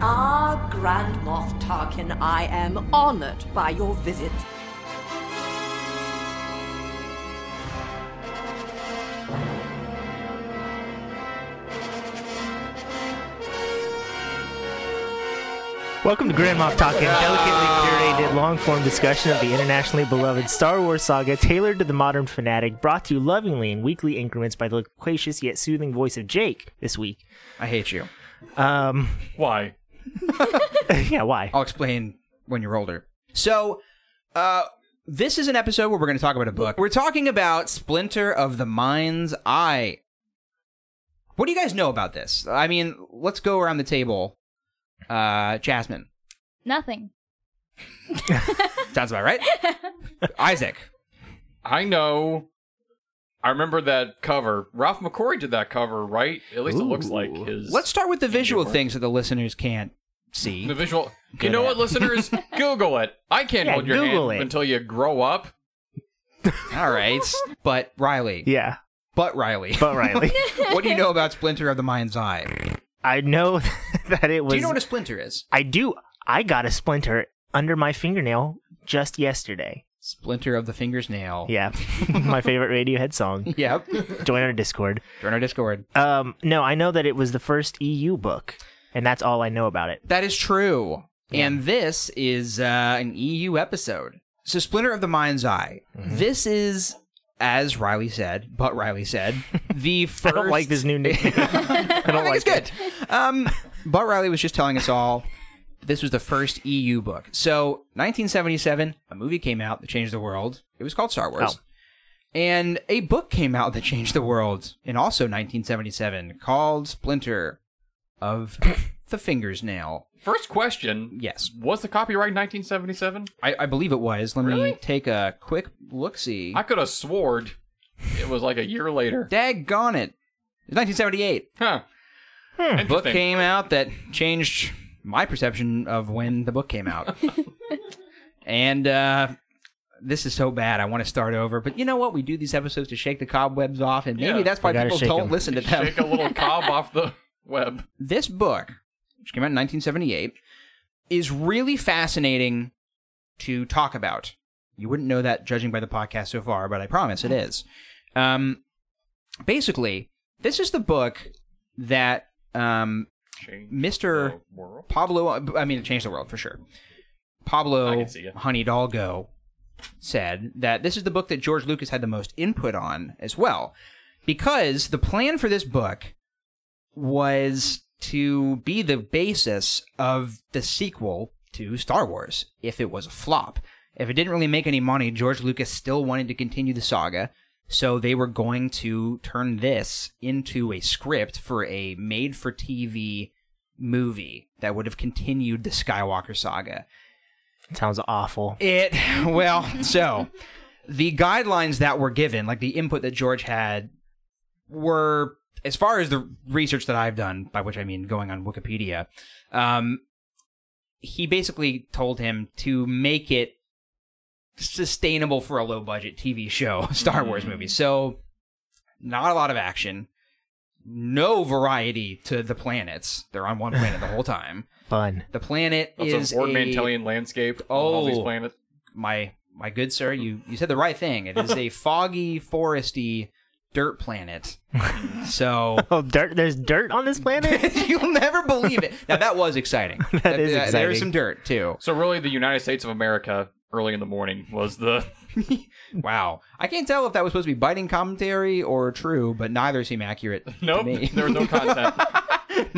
Ah, Grand Moff Tarkin, I am honored by your visit. Welcome to Grand Moff Talking, delicately curated, long-form discussion of the internationally beloved Star Wars saga, tailored to the modern fanatic. Brought to you lovingly in weekly increments by the loquacious yet soothing voice of Jake. This week, I hate you. um, Why? yeah, why? I'll explain when you're older. So, uh, this is an episode where we're going to talk about a book. We're talking about Splinter of the Mind's Eye. What do you guys know about this? I mean, let's go around the table. Uh, Jasmine, Nothing. sounds about right. Isaac, I know. I remember that cover. Ralph McCory did that cover, right? At least it looks Ooh. like his. let's start with the visual things that the listeners can't see. the visual. You know what, listeners? Google it. I can't Yeah, hold your Google hand it. until you grow up. All right, but Riley, Yeah, but Riley, but Riley, what do you know about Splinter of the Mind's Eye? I know that it was. Do you know what a splinter is? I do. I got a splinter under my fingernail just yesterday. Splinter of the finger's nail. Yeah, my favorite Radiohead song. Yep. Join our Discord. Join our Discord. Um, no, I know that it was the first EU book, and that's all I know about it. That is true. And this is uh, an EU episode. So, Splinter of the Mind's Eye. Mm-hmm. This is, as Riley said, but Riley said, the first. I don't like this new nickname. I don't think it's good. Um, but Riley was just telling us all this was the first EU book. So, 1977, a movie came out that changed the world. It was called Star Wars. Oh. And a book came out that changed the world in also 1977 called Splinter of the Finger's Nail. First question. Yes. Was the copyright 1977? I, I believe it was. Let Really? me take a quick look see. I could have sworn it was like a year later. Daggone it. It's 1978. Huh. Interesting. Hmm. Book came out that changed my perception of when the book came out. and uh, this is so bad. I want to start over. But you know what? We do these episodes to shake the cobwebs off. And maybe Yeah. that's why We gotta people shake don't 'em. listen to them. Shake a little cob off the web. this book, which came out in 1978, is really fascinating to talk about. You wouldn't know that judging by the podcast so far, but I promise it is. Um, basically, this is the book that um, Change Mr. the world. Pablo, I mean, it changed the world for sure. I Pablo can see ya. Honey Dalgo said that this is the book that George Lucas had the most input on as well, because the plan for this book was to be the basis of the sequel to Star Wars if it was a flop. If it didn't really make any money, George Lucas still wanted to continue the saga, so they were going to turn this into a script for a made for TV movie that would have continued the Skywalker saga. Sounds awful. It, well, so the guidelines that were given, like the input that George had, were, as far as the research that I've done, by which I mean going on Wikipedia, um, he basically told him to make it sustainable for a low budget TV show, Star Wars movie. So, not a lot of action, no variety to the planets. They're on one planet the whole time. Fun. The planet That's is a Ford a- Mantellian landscape. on all these Oh. planets. my my good sir, you you said the right thing. It is a foggy, foresty dirt planet. So Oh, dirt. There's dirt on this planet. you'll never believe it. Now that was exciting. that, is that- There exciting. is some dirt too. So really, the United States of America early in the morning was the Wow. I can't tell if that was supposed to be biting commentary or true, but neither seem accurate. to nope. me. There was no content.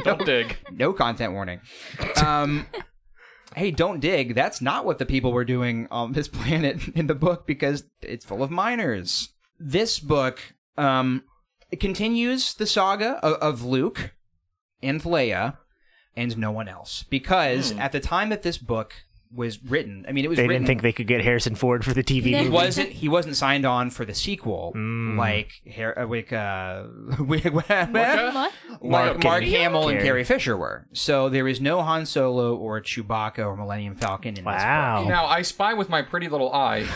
Don't dig. no content warning. Um, hey, don't dig. That's not what the people were doing on this planet in the book because it's full of miners. This book um, it continues the saga of, of Luke and Leia and no one else because at the time that this book was written, I mean, it was Hmm. They written didn't think they could get Harrison Ford for the TV He he movie. wasn't he wasn't signed on for the sequel Hmm. like Har- uh, like uh, Mark- Mark, Mark Hamill. Hamill and Carrie. Carrie Fisher were. So there is no Han Solo or Chewbacca or Millennium Falcon in this Wow. Now I spy with my pretty little eye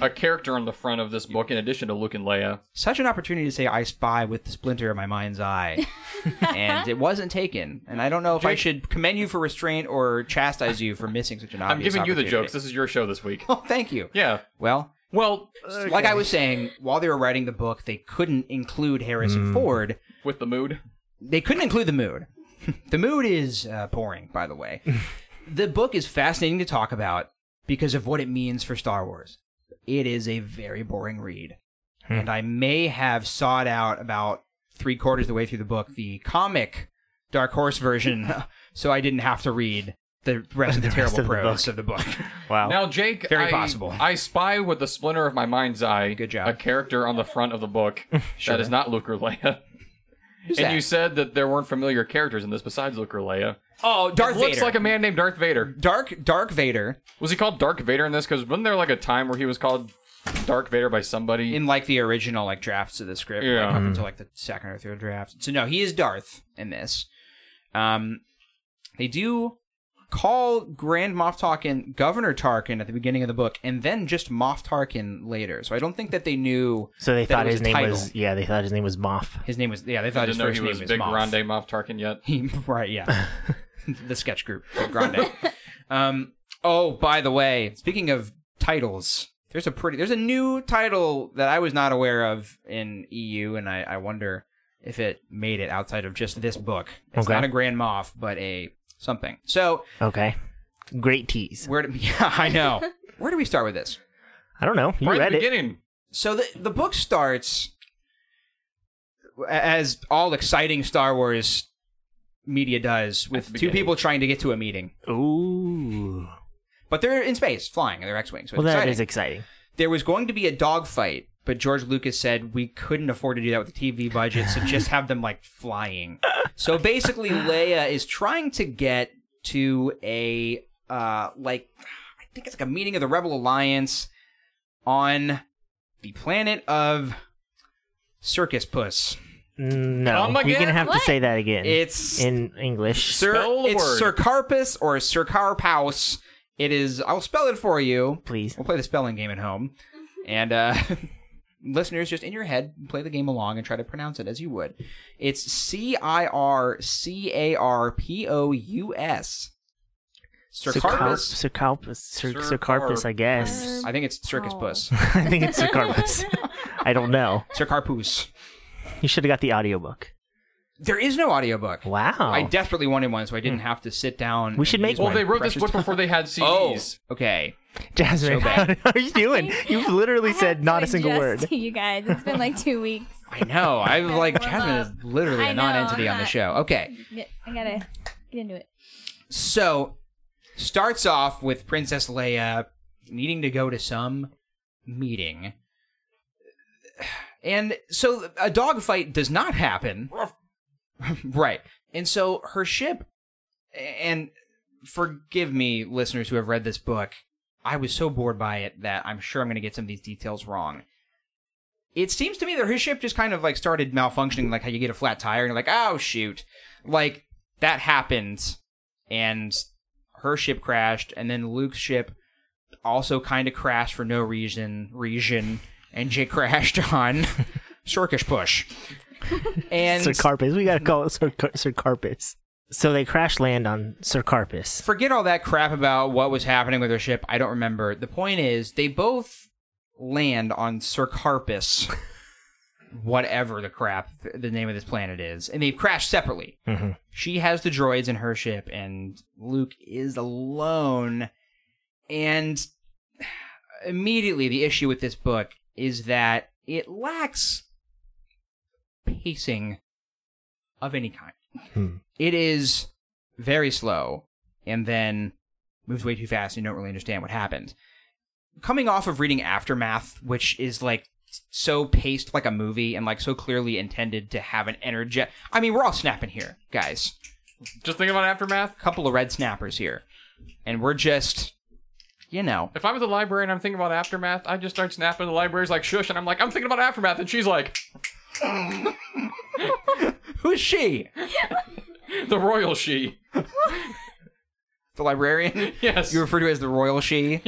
a character on the front of this book in addition to Luke and Leia. Such an opportunity to say I spy with the splinter of my mind's eye. and it wasn't taken. And I don't know if I Jake- should commend you for restraint or chastise you for missing such an I'm obvious giving you the opportunity. jokes. This is your show this week. Oh, thank you. Yeah. Well, Well, uh, like I was saying, while they were writing the book, they couldn't include Hmm. Harrison Ford. with the mood. They couldn't include the mood. the mood is uh, boring, by the way. the book is fascinating to talk about because of what it means for Star Wars. It is a very boring read. And I may have sought out about three quarters of the way through the book the comic Dark Horse version, so I didn't have to read the rest of the, The rest terrible of the prose book. of the book. Wow. Now, Jake, Very I, possible. I spy with the splinter of my mind's eye. Good job. A character on the front of the book Sure. that is not Luke or Leia. Who's and that? you said that there weren't familiar characters in this besides Luke or Leia. oh, Darth Looks Vader. like a man named Darth Vader. Dark Dark Vader Was he called Dark Vader in this? Because wasn't there like a time where he was called Dark Vader by somebody? in like the original like drafts of the script, Yeah. like, up Mm-hmm. until like the second or third draft. So no, he is Darth in this. Um, they do call Grand Moff Tarkin Governor Tarkin at the beginning of the book, and then just Moff Tarkin later. So I don't think that they knew. so they that thought it was his a name title. was yeah. They thought his name was Moff. His name was yeah. They I thought his didn't know first he name was, was Big Moff. Grande Moff Tarkin yet. He- right, yeah. the sketch group, the Grande. um, oh, by the way, speaking of titles, there's a pretty, there's a new title that I was not aware of in EU, and I, I wonder if it made it outside of just this book. It's Okay. not a Grand Moff, but a something. So Okay. Great tease. where do yeah, I know. Where do we start with this? I don't know. You right read at the it. beginning. so the the book starts as all exciting Star Wars media does the with two beginning. people trying to get to a meeting, Ooh. but they're in space flying. They're X-wing, so Well, it's that exciting. is exciting. there was going to be a dogfight, but George Lucas said we couldn't afford to do that with the TV budget, so just have them like flying. So basically, Leia is trying to get to a uh like I think it's like a meeting of the Rebel Alliance on the planet of Circus Puss. No, Oh Come you're again? gonna have What? to say that again. It's in English. Sir, Spell the it's word. Sir Carpus or Sir Carpaus. It is. I'll spell it for you. Please. We'll play the spelling game at home, Mm-hmm. and uh, listeners, just in your head, play the game along and try to pronounce it as you would. It's C I R C A R P O U S. Sir Carp- Carpus. Sir Carpus. Sir, Sir Sir Carpus, I guess. Carp- I think it's Circus Oh. Puss. I think it's Sir Carpus. I don't know. Sir Carpus. You should have got the audiobook. There is no audiobook. Wow. Hmm. I desperately wanted one, so I didn't have to sit down. We should and make use one. Well, my they wrote this precious book time. before they had Oh, CDs. okay. Jasmine, So how bad. how are you doing? You've literally I said have not to a single adjust word. to You guys, it's been like two weeks. I know. I was like, Warm Jasmine up. is literally I a know, non-entity I'm on the not- show. Okay, Yeah, I gotta get into it. so starts off with Princess Leia needing to go to some meeting, and so a dogfight does not happen, right? And so her ship, and forgive me, listeners who have read this book, I was so bored by it that I'm sure I'm going to get some of these details wrong. It seems to me that her ship just kind of like started malfunctioning, like how you get a flat tire and you're like, oh shoot, like that happened, and her ship crashed, and then Luke's ship also kind of crashed for no reason, region, and Jay crashed on Circus Push, and Sir Carpus. We gotta call it Sir, Car- Sir Carpus. So they crash land on Sir Carpus. forget all that crap about what was happening with their ship. I don't remember. The point is, they both land on Circarpus, whatever the crap th- the name of this planet is, and they crash separately. Mhm. She has the droids in her ship, and Luke is alone. And immediately, the issue with this book is that it lacks pacing of any kind. Hmm. It is very slow and then moves way too fast and you don't really understand what happened. Coming off of reading Aftermath, which is like so paced like a movie and like so clearly intended to have an energy. I mean, we're all snapping here, guys. Just think about Aftermath. A couple of red snappers here. And we're just, you know. If I'm at the library and I'm thinking about Aftermath, I just start snapping. The library's like, shush. And I'm like, I'm thinking about Aftermath. And she's like, Who's she? the royal she. The librarian? Yes. You refer to as the royal she?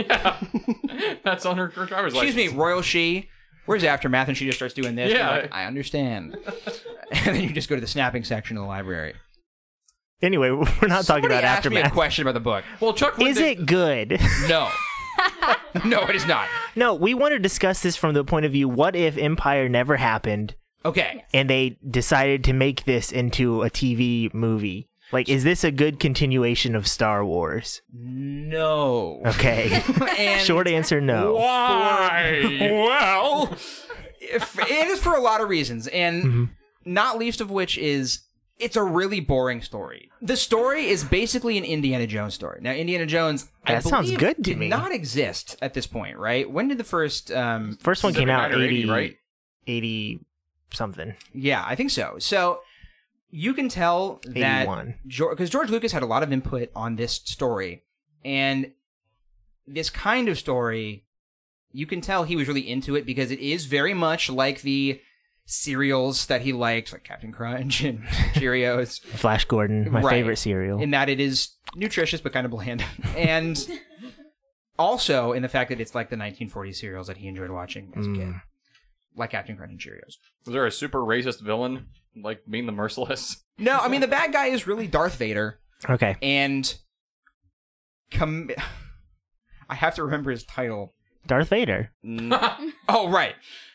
That's on her, her driver's Excuse me, license. Royal She. Where's Aftermath? And she just starts doing this. Yeah. You're like, I understand. and then you just go to the snapping section of the library. Anyway, we're not talking Somebody about asked me a aftermath. question about the book. Well, Chuck, Is it good? No. no, it is not. no, we want to discuss this from the point of view: what if Empire never happened Okay. and they decided to make this into a TV movie? Like, is this a good continuation of Star Wars? No. Okay. And Short answer: no. Why? Well, if, it is for a lot of reasons, and Mm-hmm. not least of which is it's a really boring story. The story is basically an Indiana Jones story. Now, Indiana Jones, I That sounds believe, good to did me. Not exist at this point, right? When did the first? Um, First one came out 79 or 80, 80, right? 80 something. yeah, I think so. So you can tell that 81. because George Lucas had a lot of input on this story, and this kind of story, you can tell he was really into it because it is very much like the serials that he liked, like Captain Crunch and Cheerios, Flash Gordon, my Right. favorite cereal. in that it is nutritious but kind of bland, and also in the fact that it's like the 1940s serials that he enjoyed watching as a kid, Mm. like Captain Crunch and Cheerios. Was there a super racist villain like Mean the Merciless? No, I mean the bad guy is really Darth Vader. okay. and com- I have to remember his title. Darth Vader. Oh right,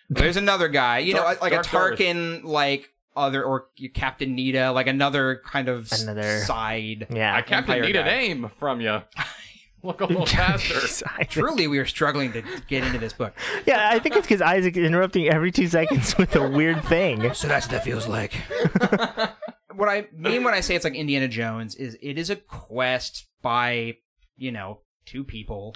there's another guy. You know, Dark- like a Dark Darth. Tarkin, like other or Captain Nita, like another kind of s- Another- side. Yeah. I Captain Empire need a guy. name from you. Look a little faster. Jeez, Isaac. Truly, we are struggling to get into this book. Yeah, I think it's because Isaac is interrupting every two seconds with a weird thing. So that's what that feels like. what I mean when I say it's like Indiana Jones is it is a quest by, you know, two people.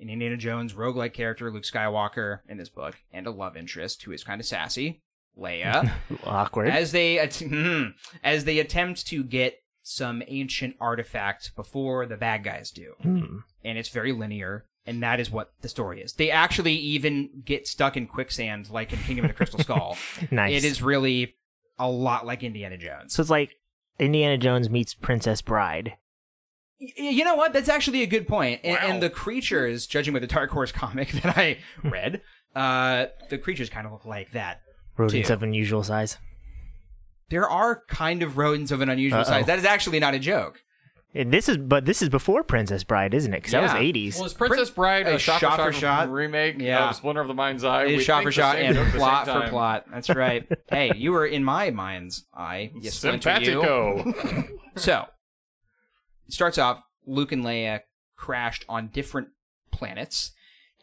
An Indiana Jones roguelike character, Luke Skywalker, in this book, and a love interest who is kind of sassy, Leia, Awkward. as they att- hmm, as they attempt to get some ancient artifact before the bad guys do Hmm. and it's very linear and that is what the story is they actually even get stuck in quicksand like in kingdom of the crystal skull Nice. it is really a lot like indiana jones So it's like Indiana Jones meets Princess Bride. Y- you know what that's actually a good point and, Wow. and the creatures judging by the dark horse comic that i read uh the creatures kind of look like that Rodents Two. of unusual size. there are kind of rodents of an unusual Uh-oh. size that is actually not a joke And this is, but this is before Princess Bride, isn't it? Because that was Yeah. '80s. Was Princess Bride a a shot, shot for for shot, shot? remake Yeah. of Splinter of the Mind's Eye? It is Uh, We shot think for the shot same and joke at the plot same for time. plot. That's right. hey, you were in my mind's eye. You splinter you. Simpatico. So, it starts off Luke and Leia crashed on different planets,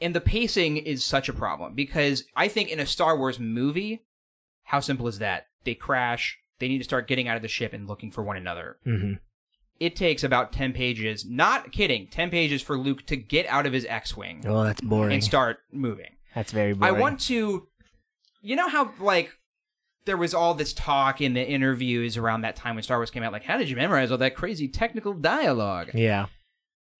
and the pacing is such a problem because I think in a Star Wars movie, how simple is that? They crash, they need to start getting out of the ship and looking for one another. hmm It takes about 10 pages, not kidding, 10 pages for Luke to get out of his X Wing Oh, that's boring. and start moving. that's very boring. I want to, you know how like there was all this talk in the interviews around that time when Star Wars came out, like how did you memorize all that crazy technical dialogue? Yeah,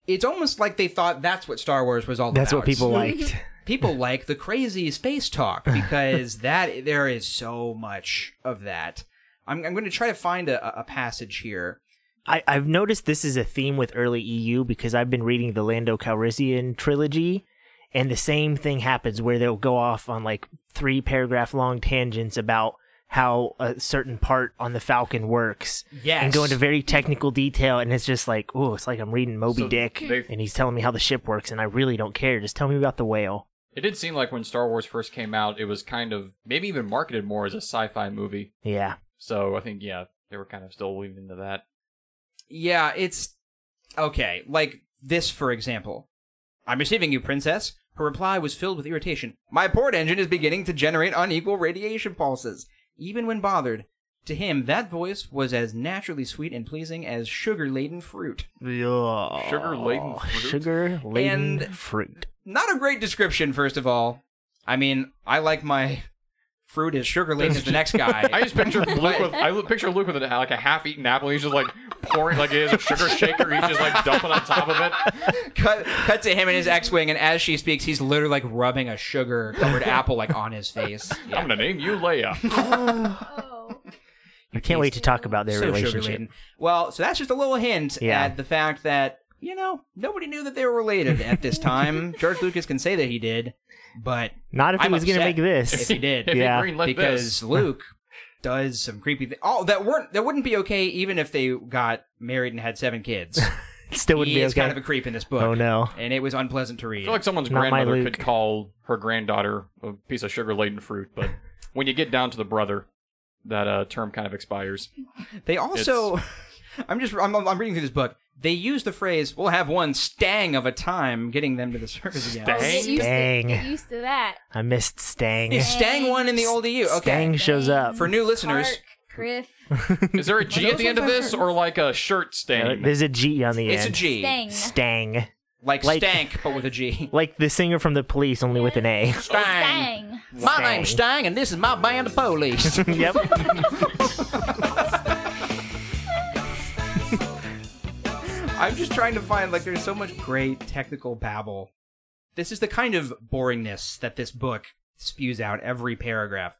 It's almost like they thought that's what Star Wars was all that's about. what people liked. people like the crazy space talk because that there is so much of that. I'm, I'm going to try to find a, a passage here. I, I've noticed this is a theme with early EU because I've been reading the Lando Calrissian trilogy, and the same thing happens where they'll go off on like three paragraph long tangents about how a certain part on the Falcon works, Yes. and go into very technical detail, and it's just like, oh, it's like I'm reading Moby So Dick, they- and he's telling me how the ship works, and I really don't care. Just tell me about the whale. it did seem like when Star Wars first came out, it was kind of maybe even marketed more as a sci-fi movie. Yeah, So I think yeah, they were kind of still leaning into that. Yeah, it's okay. Like this, for example. I'm receiving you, princess. Her reply was filled with irritation. My port engine is beginning to generate unequal radiation pulses, even when bothered. To him, that voice was as naturally sweet and pleasing as sugar laden fruit. Sugar-laden fruit? sugar laden And- fruit. Not a great description, first of all. I mean, I like my fruit as sugar laden as the next guy. I just picture Luke with I lo- picture Luke with an, like a half-eaten apple. He's just like pouring like it is a sugar shaker. He's just like dumping on top of it. cut cut to him in his X-wing, and as she speaks, he's literally like rubbing a sugar-covered apple like on his face. Yeah. I'm gonna name you Leia. Oh. I can't wait to talk about their so relationship. sugar-laden. Well, so that's just a little hint Yeah. at the fact that you know, nobody knew that they were related at this time. George Lucas can say that he did, but Not if he I'm was going to upset make this. if he did, If Yeah, he greenlit because this, Luke does some creepy things. Oh, that weren't that wouldn't be okay even if they got married and had seven kids. It Still wouldn't he be is okay. kind of a creep in this book. Oh, no. and it was unpleasant to I read. feel like someone's Not my grandmother Luke. could call her granddaughter a piece of sugar laden fruit, but when you get down to the brother, that uh, term kind of expires. They also, I'm just I'm, I'm reading through this book. They use the phrase "we'll have one stang of a time getting them to the surface again." Oh, get used, Dang. To, get used to that. I missed Stang. Is stang one in the old EU? Okay, Stang shows up. for new listeners, Clark, Griff, Is there a G those at the end of ones I've this, heard. or like a shirt Uh, stain? There's a G on the it's a end. G, Stang. Stang. like, Like- stank but with a G. Like the singer from The Police, only with an A. Dang. My name's Stang, and this is my band of police. yep. I'm just trying to find like there's so much great technical babble. This is the kind of boringness that this book spews out every paragraph.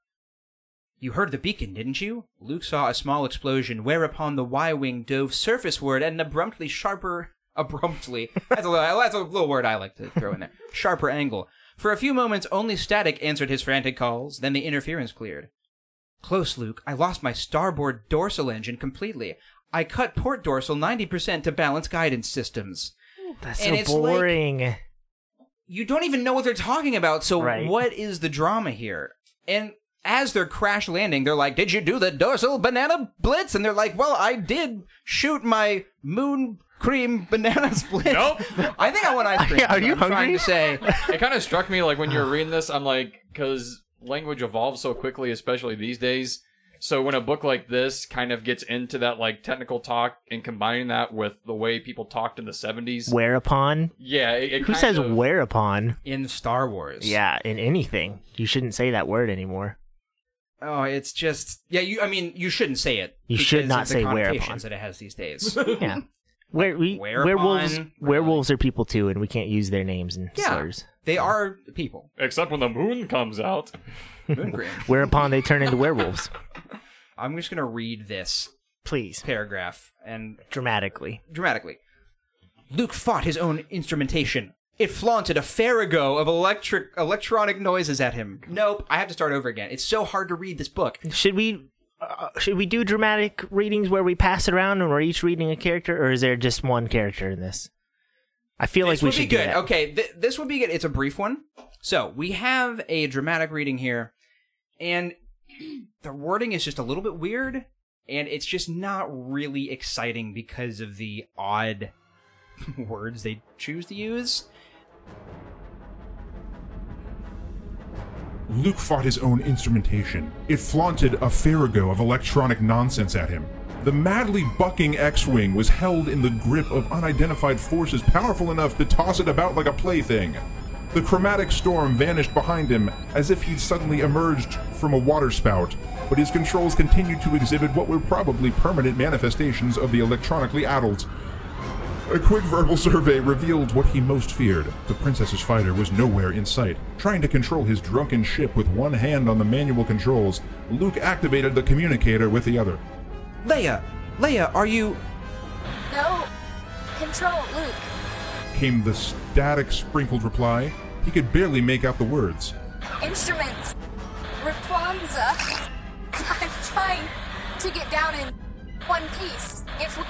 You heard the beacon, didn't you? Luke saw a small explosion, whereupon the Y-wing dove surfaceward at an abruptly sharper abruptly. That's a little, that's a little word I like to throw in there. Sharper angle. For a few moments, only static answered his frantic calls. Then the interference cleared. Close, Luke. I lost my starboard dorsal engine completely. I cut port dorsal 90% to balance guidance systems. That's And so it's like- boring. You don't even know what they're talking about, so Right. what is the drama here? And as they're crash landing, they're like, Did you do the dorsal banana blitz? And they're like, Well, I did shoot my moon cream banana split. Nope. I think I want ice cream. Are is what you I'm Trying hungry? to say. it kind of struck me like when you're reading this, I'm like, because language evolves so quickly, especially these days. So when a book like this kind of gets into that like technical talk and combining that with the way people talked in the 70s, Whereupon? yeah, it, it Who kind says of- whereupon? In Star Wars. Yeah, in anything. You shouldn't say that word anymore. Oh, it's just yeah. You, I mean, you shouldn't say it. You should because not of the say whereupon. connotations that it has these days. Yeah. Where, we, Whereupon? werewolves Really? werewolves are people too, and we can't use their names and Yeah. slurs. they are people. Except when the moon comes out. Moon cream. Whereupon they turn into werewolves. I'm just gonna read this Please. paragraph and Dramatically. dramatically. Luke fought his own instrumentation. It flaunted a farrago of electric electronic noises at him. Nope, I have to start over again. It's so hard to read this book. Should we uh, should we do dramatic readings where we pass it around and we're each reading a character, or is there just one character in this? I feel this like we would should do be good. that. Okay, th- this would be good. It's a brief one. So we have a dramatic reading here, and the wording is just a little bit weird, and it's just not really exciting because of the odd words they choose to use. Luke fought his own instrumentation. It flaunted a farrago of electronic nonsense at him. The madly bucking X Wing was held in the grip of unidentified forces powerful enough to toss it about like a plaything. The chromatic storm vanished behind him as if he'd suddenly emerged from a waterspout, but his controls continued to exhibit what were probably permanent manifestations of the electronically addled. A quick verbal survey revealed what he most feared. The Princess's fighter was nowhere in sight. Trying to control his drunken ship with one hand on the manual controls, Luke activated the communicator with the other. Leia, Leia, are you? No. Control, Luke. Came the static, sprinkled reply. He could barely make out the words. Instruments. Rapunza. I'm trying to get down in one piece. If we-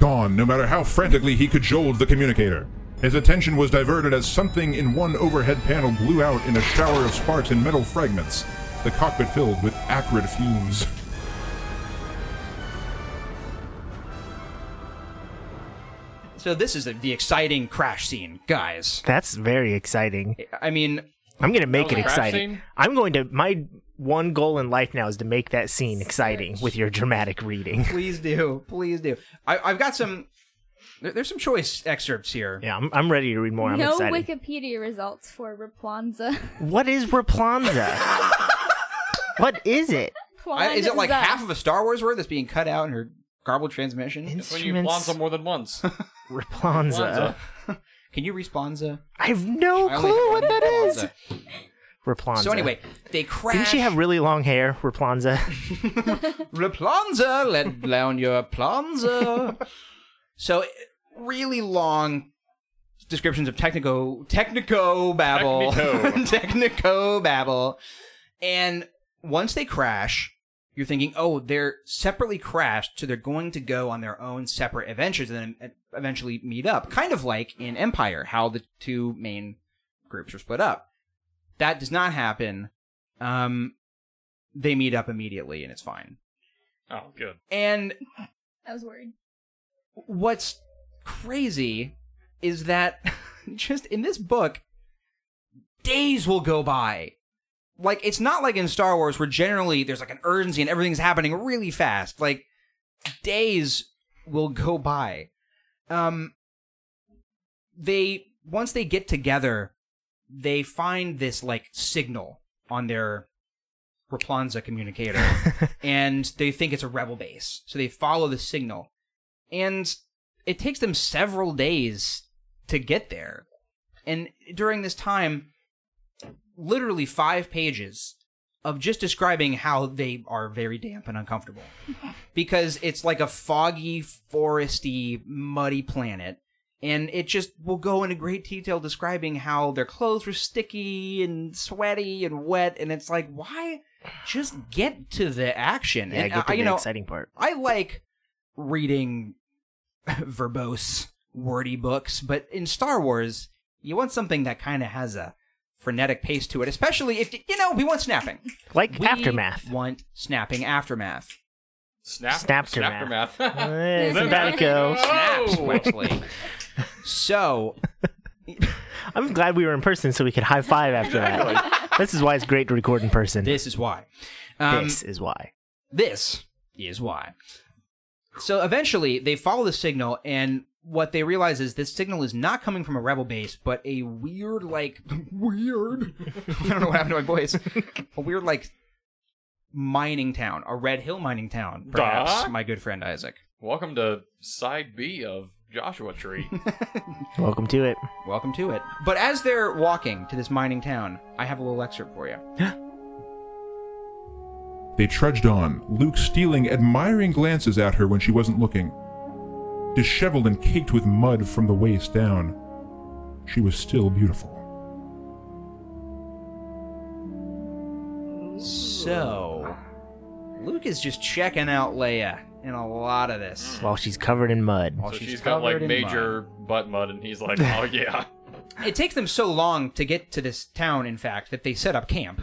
Gone, no matter how frantically he cajoled the communicator. His attention was diverted as something in one overhead panel blew out in a shower of sparks and metal fragments, the cockpit filled with acrid fumes. So this is the, the exciting crash scene, guys. That's very exciting. I mean, I'm gonna make was it a crap exciting. scene? I'm going to my one goal in life now is to make that scene exciting with your dramatic reading. please do, please do. I, I've got some. there- there's some choice excerpts here. Yeah, I'm, I'm ready to read more. I'm no excited. Wikipedia results for Rapunza. what is Rapunza? what is it? I, is it like Pwanza. half of a Star Wars word that's being cut out in her garbled transmission? It's when you plonza more than once. Rapunza. Plonza. Can you responza? I have no I only have clue one what that is. Pwanza. Rapunza. So anyway, they crash. Didn't she have really long hair, Rapunza? Rapunza, let down your Planza. So really long descriptions of technico technico babble Technico. technico babble and once they crash you're thinking oh they're separately crashed so they're going to go on their own separate adventures and then eventually meet up kind of like in empire how the two main groups are split up that does not happen um they meet up immediately and it's fine Oh, good. and I was worried. what's crazy is that just in this book, days will go by. Like, it's not like in Star Wars where generally there's like an urgency and everything's happening really fast. Like, days will go by. Um, they, once they get together, they find this like signal on their Raplanza communicator and they think it's a rebel base. So they follow the signal and it takes them several days to get there. And during this time, literally five pages of just describing how they are very damp and uncomfortable because it's like a foggy, foresty, muddy planet. And it just will go into great detail describing how their clothes were sticky and sweaty and wet. And it's like, why just get to the action? Yeah, and get I- to you the know, exciting part. I like reading verbose, wordy books, but in Star Wars, you want something that kind of has a frenetic pace to it, especially if, you know, we want snapping. Like We aftermath. want snapping aftermath. Snap. Snapped her Snappermath. Eh, Listen, sabbatical. Snaps, Oh! Wexley. so, I'm glad we were in person so we could high five after that. this is why it's great to record in person. this is why. Um, This is why. This is why. So eventually, they follow the signal, and what they realize is this signal is not coming from a rebel base, but a weird, like, weird. I don't know what happened to my voice. A weird, like, mining town, a Red Hill mining town, perhaps, Duh. my good friend Isaac. Welcome to side B of Joshua Tree. Welcome to it. Welcome to it. But as they're walking to this mining town, I have a little excerpt for you. They trudged on, Luke stealing admiring glances at her when she wasn't looking. Disheveled and caked with mud from the waist down, she was still beautiful. So, Luke is just checking out Leia in a lot of this. While she's covered in mud. While Hmm. so she's got like covered in mud. major butt mud, and he's like, oh yeah. It takes them so long to get to this town, in fact, that they set up camp.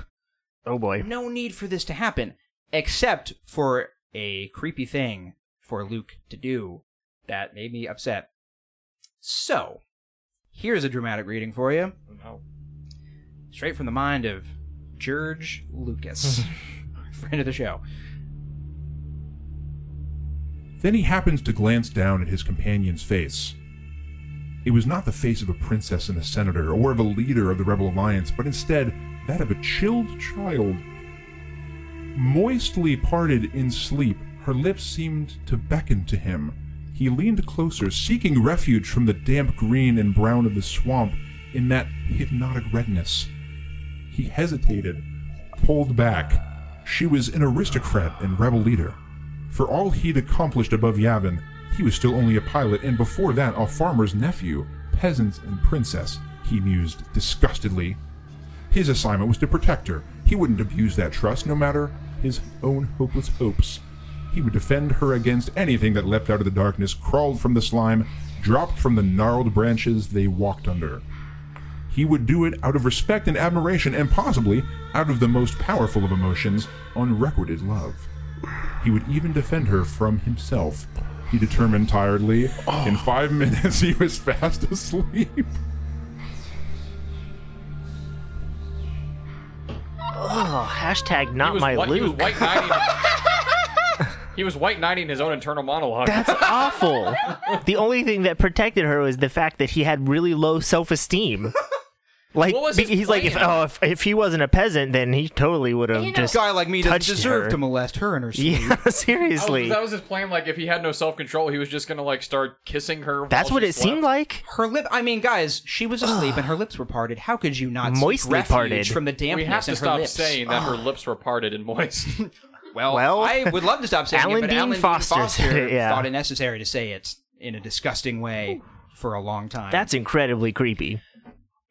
Oh boy. No need for this to happen, except for a creepy thing for Luke to do that made me upset. So, here's a dramatic reading for you, No. straight from the mind of George Lucas, friend of the show. Then he happens to glance down at his companion's face. It was not the face of a princess and a senator, or of a leader of the Rebel Alliance, but instead that of a chilled child. Moistly parted in sleep, her lips seemed to beckon to him. He leaned closer, seeking refuge from the damp green and brown of the swamp in that hypnotic redness. He hesitated, pulled back. She was an aristocrat and rebel leader. For all he'd accomplished above Yavin, he was still only a pilot, and before that, a farmer's nephew, peasant and princess, he mused disgustedly. His assignment was to protect her. He wouldn't abuse that trust, no matter his own hopeless hopes. He would defend her against anything that leapt out of the darkness, crawled from the slime, dropped from the gnarled branches they walked under. He would do it out of respect and admiration, and possibly out of the most powerful of emotions, unrequited love. He would even defend her from himself. He determined tiredly. In five minutes, he was fast asleep. Oh, hashtag He not was my white- He was Luke. white knighting. he was white knighting his own internal monologue. That's awful. the only thing that protected her was the fact that he had really low self esteem. Like What was be- his he's like if plan? oh if, if he wasn't a peasant then he totally would have You know- just Guy like me doesn't touched deserve her. to molest her in her sleep. yeah That was, seriously Oh, that was his plan. Like, if he had no self control, he was just gonna like start kissing her. while that's what she it slept. seemed like Her lip, I mean, guys, she was asleep and her lips were parted. How could you not seek Moistly refuge parted. from the dampness We have to in her stop lips? saying that her lips were parted and moist. Well, Well, I would love to stop saying Alan it, but Dean Alan Dean Foster Foster said it, yeah. thought it necessary to say it in a disgusting way for a long time. That's incredibly creepy.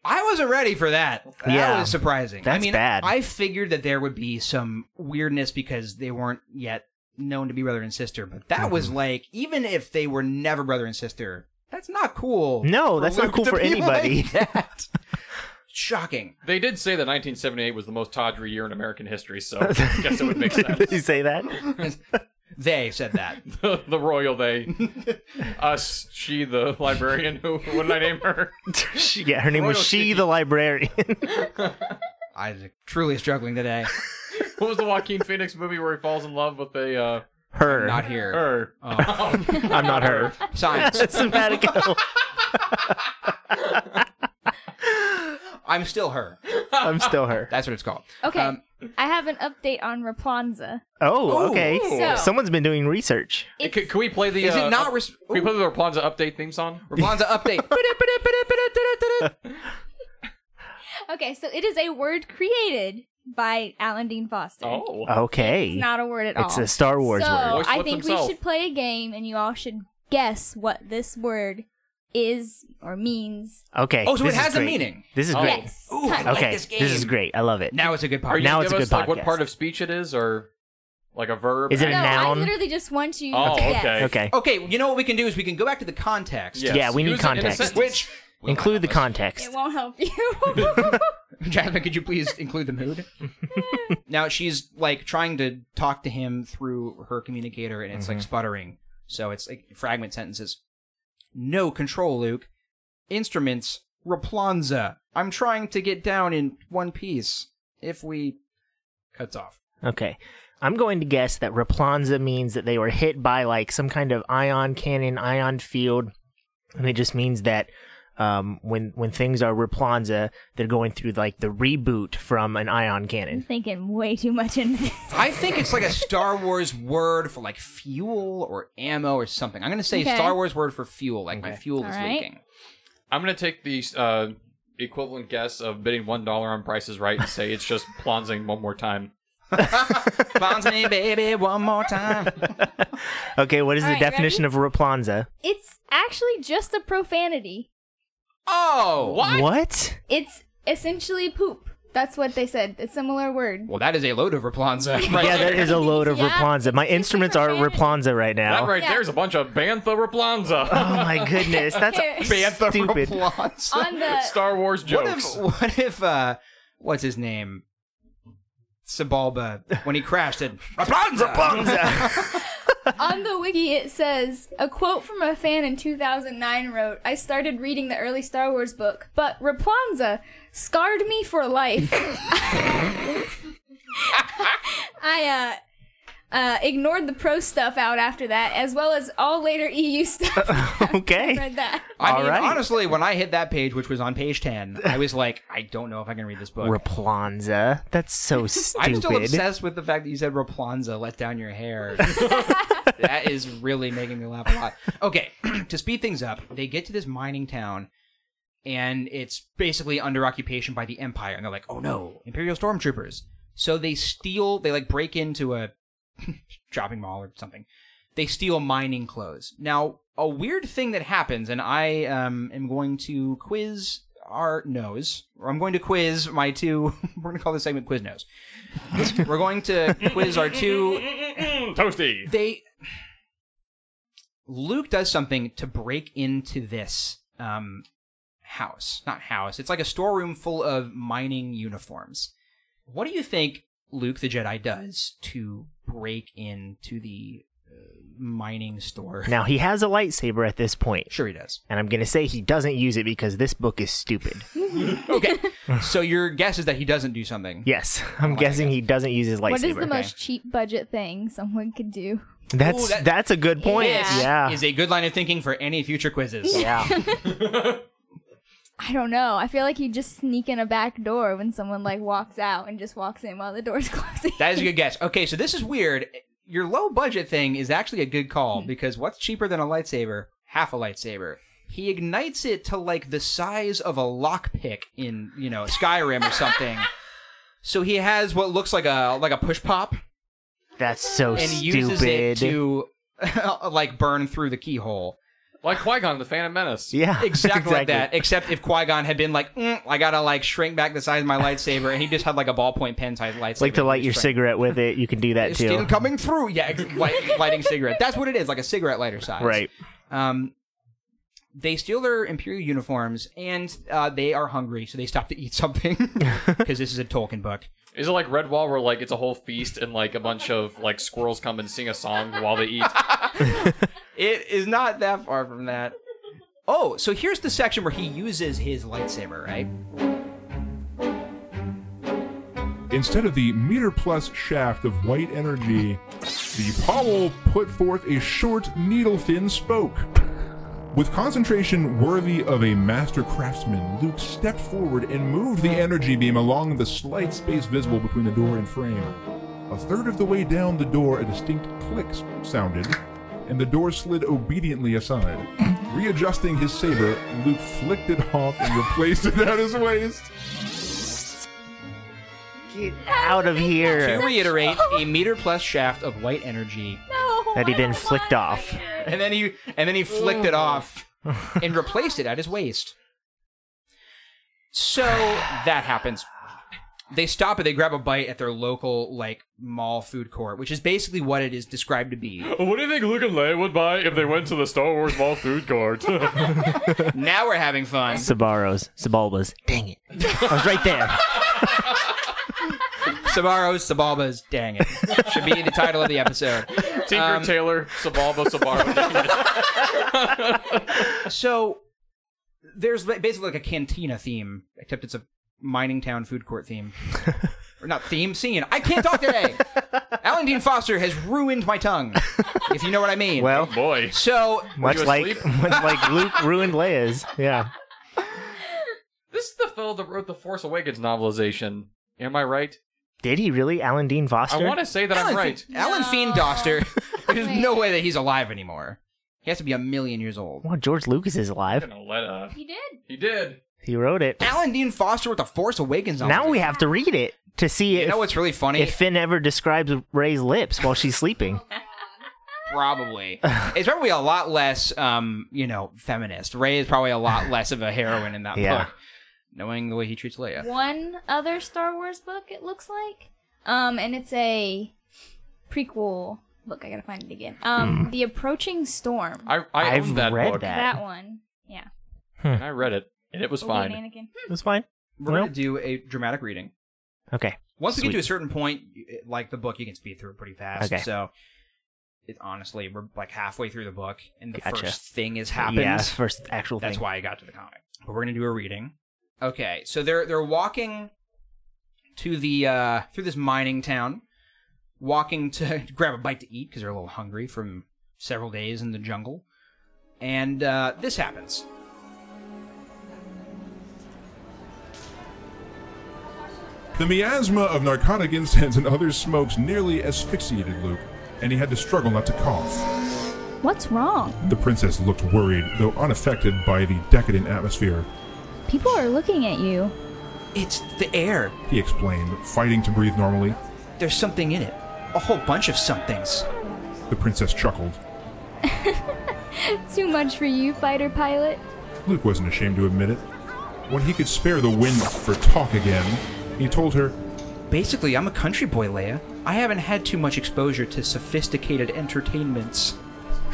I wasn't ready for that. That Yeah. was surprising. I That's mean, bad. I figured that there would be some weirdness because they weren't yet known to be brother and sister, but that was Mm-hmm. like even if they were never brother and sister, that's not cool. No, for that's not Luke cool to for be like anybody. that. Shocking. They did say that 1978 was the most tawdry year in American history, so I guess it would make Did you sense. say that? They said that. the, the royal they, us, she, the librarian. Who? What did I name her? She- yeah, her name was Royal She She. the Librarian. I'm truly struggling today. What was the Joaquin Phoenix movie where he falls in love with a uh, Her. Not here. her? I'm not her. Science. Simpatico. I'm still her. I'm still her. That's what it's called. Okay, Um, I have an update on Rapunzel. Oh, okay. So- Someone's been doing research. It- can, can we play the? Is it uh, not up- res- can we play the Rapunzel update theme song? Rapunzel update. Okay, so it is a word created by Alan Dean Foster. Oh, Okay. It's not a word at all. It's a Star Wars so word. Voice I with think himself. we should play a game, and you all should guess what this word is or means. Okay. Oh, so it this is has a great. meaning. This is Oh. great. Yes. Ooh, I like Okay. this game. is great. I love it. Now it's a good Are part. you Now gonna it's give a us good like what podcast. part of speech it is, or like a verb? Is it a no, noun? I literally just want you. Oh, to guess. okay. okay. Okay, you know what we can do is we can go back to the context. Yes. Yeah, we need Use it in a context. sentence. Which Include the context. It won't help you. Jasmine, could you please include the mood? now she's like trying to talk to him through her communicator and it's Mm-hmm. like sputtering. So it's like fragment sentences. No control, Luke. Instruments, Rapunzel. I'm trying to get down in one piece. If we cuts off. Okay. I'm going to guess that Rapunzel means that they were hit by like some kind of ion cannon, ion field, and it just means that um, when when things are Rapunzel, they're going through like the reboot from an ion I'm cannon. thinking way too much in this. I think it's like a Star Wars word for like fuel or ammo or something. I'm gonna say Okay. Star Wars word for fuel, like my Okay. fuel is All right. leaking. I'm gonna take the uh, equivalent guess of bidding one dollar on prices right and say it's just plonzing one more time. Bounce me, baby, one more time. Okay, what is All the right, definition of Rapunzel? It's actually just a profanity. Oh, What? It's essentially poop. That's what they said. It's a similar word. Well, that is a load of Rapunzel. Yeah, that is a load of Yeah. Rapunzel. My It's a instruments are profanity. Rapunzel right now. That right Yeah. there's a bunch of bantha Oh raplanza. my goodness, that's Bantha stupid. Rapunzel. On the Star Wars What jokes. if? What if? uh What's his name? Sabalba. When he crashed, it Rapunzel. on the wiki it says a quote from a fan in 2009 wrote, "I started reading the early Star Wars book, but Rapunzel scarred me for life." I uh, uh, ignored the pro stuff out after that, as well as all later EU stuff. okay. Read that. I All mean, right. honestly, when I hit that page, which was on page ten, I was like, I don't know if I can read this book. Rapunzel. That's so stupid. I'm still obsessed with the fact that you said Rapunzel, let down your hair. that is really making me laugh a lot. Okay, to speed things up, they get to this mining town and it's basically under occupation by the Empire. And they're like, oh no, Imperial stormtroopers. So they steal, they like break into a shopping mall or something. They steal mining clothes. Now, a weird thing that happens, and I um, am going to quiz our nose, or I'm going to quiz my two, we're going to call this segment Quiz Nose. we're going to quiz our two Toasty. they Luke does something to break into this um house, not house. It's like a storeroom full of mining uniforms. What do you think Luke the Jedi does to break into the uh, mining store? Now he has a lightsaber at this point, Sure he does. and I'm gonna say he doesn't use it because this book is stupid. Okay. so your guess is that he doesn't do something. Yes, Oh I'm guessing he doesn't use his lightsaber. What is the okay. most cheap budget thing someone could do? That's Ooh, that- that's a good point. This Yeah. Is a good line of thinking for any future quizzes. yeah. I don't know. I feel like you just sneak in a back door when someone like walks out and just walks in while the door's closing. That is a good guess. Okay, so this is weird. Your low budget thing is actually a good call Hmm. because what's cheaper than a lightsaber? Half a lightsaber. He ignites it to like the size of a lockpick in, you know, Skyrim or something. so he has what looks like a like a push pop That's so and uses stupid. it to like burn through the keyhole. Like Qui Gon, the Phantom Menace. Yeah, Exactly, like that. Except if Qui Gon had been like, mm, I gotta like shrink back the size of my lightsaber, and he just had like a ballpoint pen size lightsaber. Like to he light was your trying- cigarette with it, you can do that It's too. still coming through. Yeah, ex- light, lighting cigarette. That's what it is, like a cigarette lighter size. Right. Um, they steal their imperial uniforms, and uh, they are hungry, so they stop to eat something because this is a Tolkien book. Is it like Red Wall where like it's a whole feast and like a bunch of like squirrels come and sing a song while they eat? It is not that far from that. Oh, so here's the section where he uses his lightsaber, right? Instead of the meter plus shaft of white energy, the pommel put forth a short, needle thin spoke. With concentration worthy of a master craftsman, Luke stepped forward and moved the energy beam along the slight space visible between the door and frame. A third of the way down the door, a distinct click s- sounded, and the door slid obediently aside. Readjusting his saber, Luke flicked it off and replaced it at his waist. Get out of here. To reiterate, a meter plus shaft of white energy, No, That he I then don't flicked want it. off. and then he and then he flicked it off and replaced it at his waist. So that happens. They stop and they grab a bite at their local like mall food court, which is basically what it is described to be. what do you think Luke and Leia would buy if they went to the Star Wars Mall food court? now we're having fun. Sabaros, Sabalbas. Dang it. I was right there. Sabaros, Sabalbas, dang it. Should be the title of the episode. Tinker Um, Taylor, Sabalba, Sabaro. So there's ba- basically like a cantina theme, except it's a mining town food court theme. or not theme, scene. I can't talk today. Alan Dean Foster has ruined my tongue, if you know what I mean. Well, Oh, Boy. so much you like asleep? much like Luke ruined Leia's. Yeah. This is the fellow that wrote the Force Awakens novelization. Am I right? Did he really, Alan Dean Foster? I want to say that Alan, I'm right. Fe- Alan Fiend Foster, there's no way that he's alive anymore. He has to be a million years old. Well, George Lucas is alive. I'm gonna let uh, He did. He did. He wrote it. Alan Dean Foster with the Force Awakens. on Now it. we have to read it to see You if, know what's really funny? if Finn ever describes Ray's lips while she's sleeping. Probably. it's probably a lot less, um, you know, feminist. Ray is probably a lot less of a heroine in that Yeah. book, knowing the way he treats Leia. One other Star Wars book, it looks like, um, and it's a prequel book. I gotta find it again. Um, The Approaching Storm. Hmm. I, I I've owned that read book. that. that one. Yeah. And I read it, and it was Obi-Wan fine. Anakin. Hmm. That's fine. We're Well, going to do a dramatic reading. okay. Once we Sweet. get to a certain point, y- like the book, you can speed through it pretty fast. Okay. So, it, honestly, we're like halfway through the book, and the Gotcha. first thing has happened. Yeah, first actual That's thing. why I got to the comic. But we're gonna do a reading. Okay, so they're they're walking to the uh, through this mining town, walking to grab a bite to eat because they're a little hungry from several days in the jungle, and uh, this happens. The miasma of narcotic incense and other smokes nearly asphyxiated Luke, and he had to struggle not to cough. Hmm. What's wrong? The princess looked worried, though unaffected by the decadent atmosphere, People are looking at you. It's the air. he explained, fighting to breathe normally. There's something in it. A whole bunch of somethings. The princess chuckled. Too much for you, fighter pilot. Luke wasn't ashamed to admit it. When he could spare the wind for talk again, he told her, Basically, I'm a country boy, Leia. I haven't had too much exposure to sophisticated entertainments.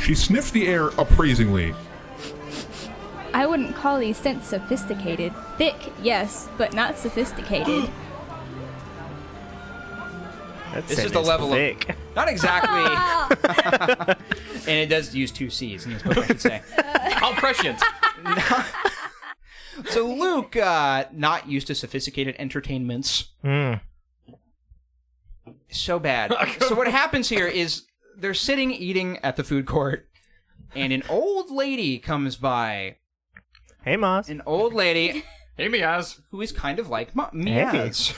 she sniffed the air appraisingly. I wouldn't call these scents sophisticated. Thick, yes, but not sophisticated. That This is sentence the level of- thick. Not exactly. and it does use two C's in this book, I should say. How prescient! So Luke, uh, not used to sophisticated entertainments, Hmm. so bad. so what happens here is they're sitting eating at the food court, and an old lady comes by. Hey, Moss. An old lady hey, Miaz. who is kind of like Ma- Mia's.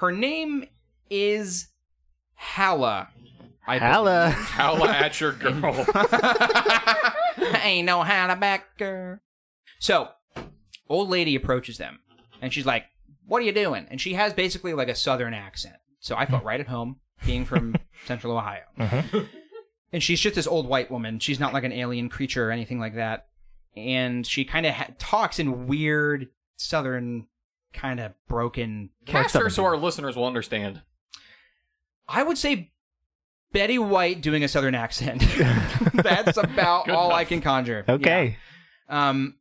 Her name is Halla. I Hello. Howl at your girl. ain't no Hannabacker. So, old lady approaches them, and she's like, "What are you doing?" And she has basically Mm. Uh-huh. like a southern accent. So I felt right at home, being from Central Ohio. and she's just this old white woman. She's not like an alien creature or anything like that. And she kind of ha- talks in weird southern, kind of broken. Mark Cast her so Zuckerberg. our listeners will understand. I would say Betty White doing a southern accent. That's about Good all I enough. can conjure. Yeah. Okay. Um,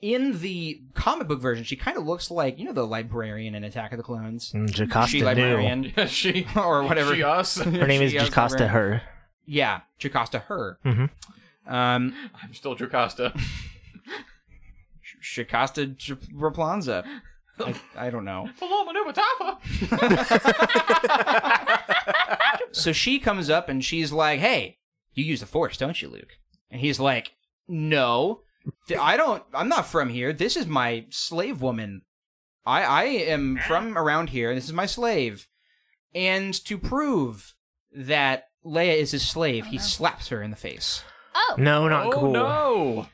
in the comic book version, she kind of looks like you know the librarian in Attack of the Clones. Mm, Jocasta she knew. librarian Yeah, she or whatever. She us. Her name is She has Jacosta librarian. Her. Yeah, Jocasta her. Mhm. Um, I'm still Jocasta. Jocasta J- Raplanza. I, I don't know. Hello, Manuba Tafa. So she comes up and she's like, "Hey, you use the Force, don't you, Luke?" And he's like, "No, Th- I don't. I'm not from here. This is my slave woman. I I am from around here. This is my slave." And to prove that Leia is his slave, he slaps her in the face. Oh, No, not oh cool. no!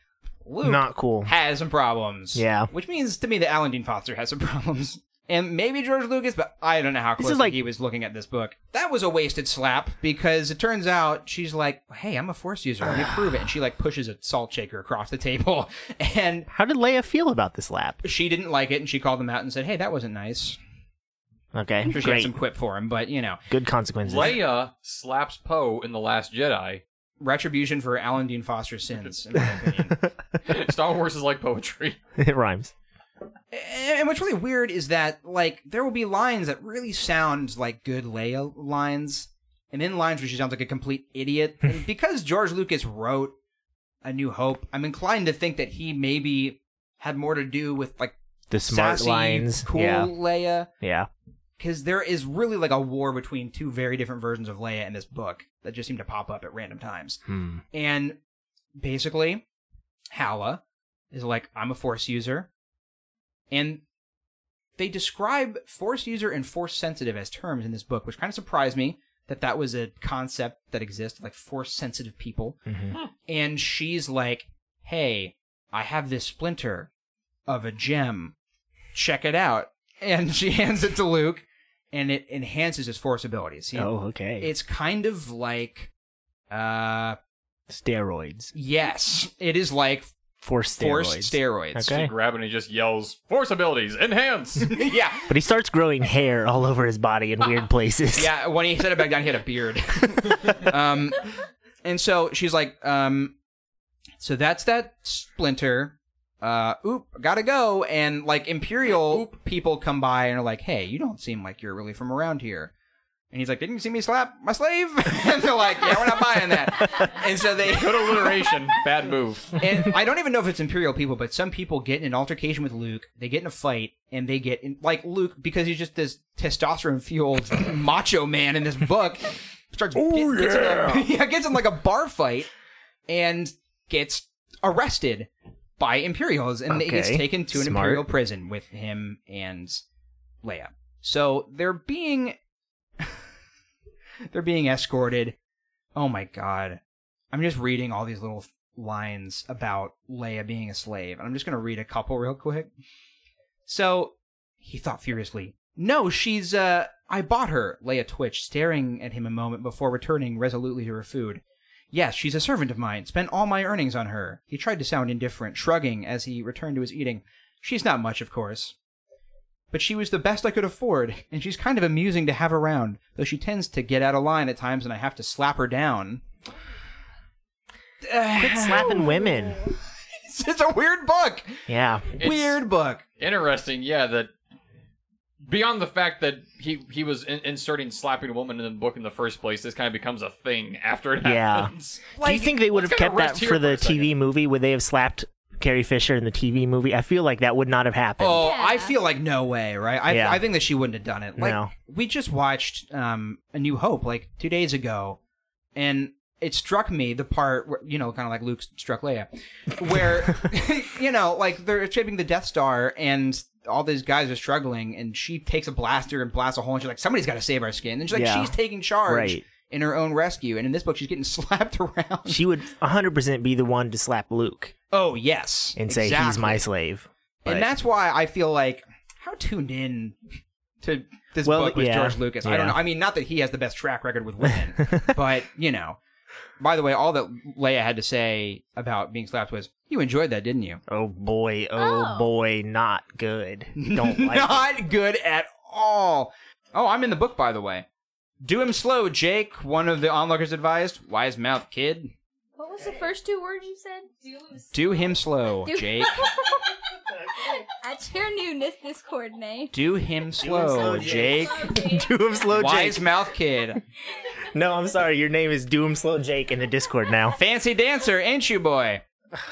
Luke Not cool. has some problems. Yeah. which means to me that Alan Dean Foster has some problems. And maybe George Lucas, but I don't know how This close is like- he was looking at this book. That was a wasted slap because it turns out she's like, "Hey, I'm a Force user. Let me prove it." And she like pushes a salt shaker across the table, and How did Leia feel about this lap? she didn't like it. And she called him out and said, "Hey, that wasn't nice." Okay. I'm sure she had Eh, Great. some quip for him, but you know, Good consequences. Leia slaps Poe in The Last Jedi. retribution for Alan Dean Foster's sins, in my opinion. Star Wars is like poetry. it rhymes. And what's really weird is that like there will be lines that really sound like good Leia lines, and then lines where she sounds like a complete idiot. and because George Lucas wrote A New Hope, I'm inclined to think that he maybe had more to do with like The smart sassy, lines. cool Yeah. Leia, Yeah. because there is really like a war between two very different versions of Leia in this book that just seem to pop up at random times. Hmm. And basically, Hala is like, I'm a force user. And they describe force user and force sensitive as terms in this book, which kind of surprised me that that was a concept that exists, like force sensitive people. And she's like, Hey, I have this splinter of a gem. Check it out. And she hands it to Luke, and it enhances his force abilities. He- Oh, okay. It's kind of like. Uh, steroids. Yes, it is like Forced steroids. forced steroids. She Okay. grabs and he just yells, "Force abilities, enhance!" yeah, But he starts growing hair all over his body in weird places. yeah. When he set it back down, he had a beard. um, and so she's like, um, so that's that splinter. Uh, oop, gotta go. And like Imperial people come by and are like, hey, you don't seem like you're really from around here. And he's like, didn't you see me slap my slave? and they're like, yeah, we're not buying that. and so they Good alliteration. Bad move. and I don't even know if it's Imperial people, but some people get in an altercation with Luke. They get in a fight, and they get in, like Luke because he's just this testosterone fueled macho man in this book. Starts Oh, gets, in a, yeah, gets in like a bar fight and gets arrested by Imperials, and he gets Okay. taken to an Smart. Imperial prison with him and Leia. So they're being they're being escorted. Oh my god. I'm just reading all these little lines about Leia being a slave, and I'm just going to read a couple real quick. So he thought furiously, No, she's, uh, I bought her. Leia twitched, staring at him a moment before returning resolutely to her food. Yes, she's a servant of mine. Spent all my earnings on her. He tried to sound indifferent, shrugging as he returned to his eating. She's not much, of course. But she was the best I could afford, and she's kind of amusing to have around, though she tends to get out of line at times and I have to slap her down. Quit slapping women. it's a weird book. Yeah. It's weird book. Interesting, yeah. That beyond the fact that he he was in- inserting slapping a woman in the book in the first place, this kind of becomes a thing after it Yeah. happens. Do you think they would have let's kinda kept that rest here for for the a second. TV movie? Would they have slapped Carrie Fisher in the TV movie? I feel like that would not have happened. Oh, Yeah. I feel like no way, right? I, Yeah. I think that she wouldn't have done it. Like No. we just watched um, A New Hope like two days ago, and it struck me the part where you know, kind of like Luke struck Leia, where you know, like they're shaping the Death Star and. All these guys are struggling, and she takes a blaster and blasts a hole, and she's like, "Somebody's got to save our skin." And she's like, Yeah. "She's taking charge Right. in her own rescue." And in this book, she's getting slapped around. She would 100% be the one to slap Luke oh yes, and say, he's Exactly. my slave. But- and that's why I feel like how tuned in to this Well, book was yeah, George Lucas. I don't yeah. know. I mean, not that he has the best track record with women, but you know, By the way, all that Leia had to say about being slapped was, "You enjoyed that, didn't you?" Oh boy, oh, Oh. boy, not good. Don't like it. Not good at all. Oh, I'm in the book, by the way. Do him slow, Jake. One of the onlookers advised. Wise mouth, kid. What was the first two words you said? Do him slow, Do- Jake. At your newness, Discord name. Do him slow, slow, Jake. Jake. Doom Slow Wise Jake. mouth, kid. No, I'm sorry. Your name is Doom Slow Jake in the Discord now. Fancy dancer, ain't you, boy? Was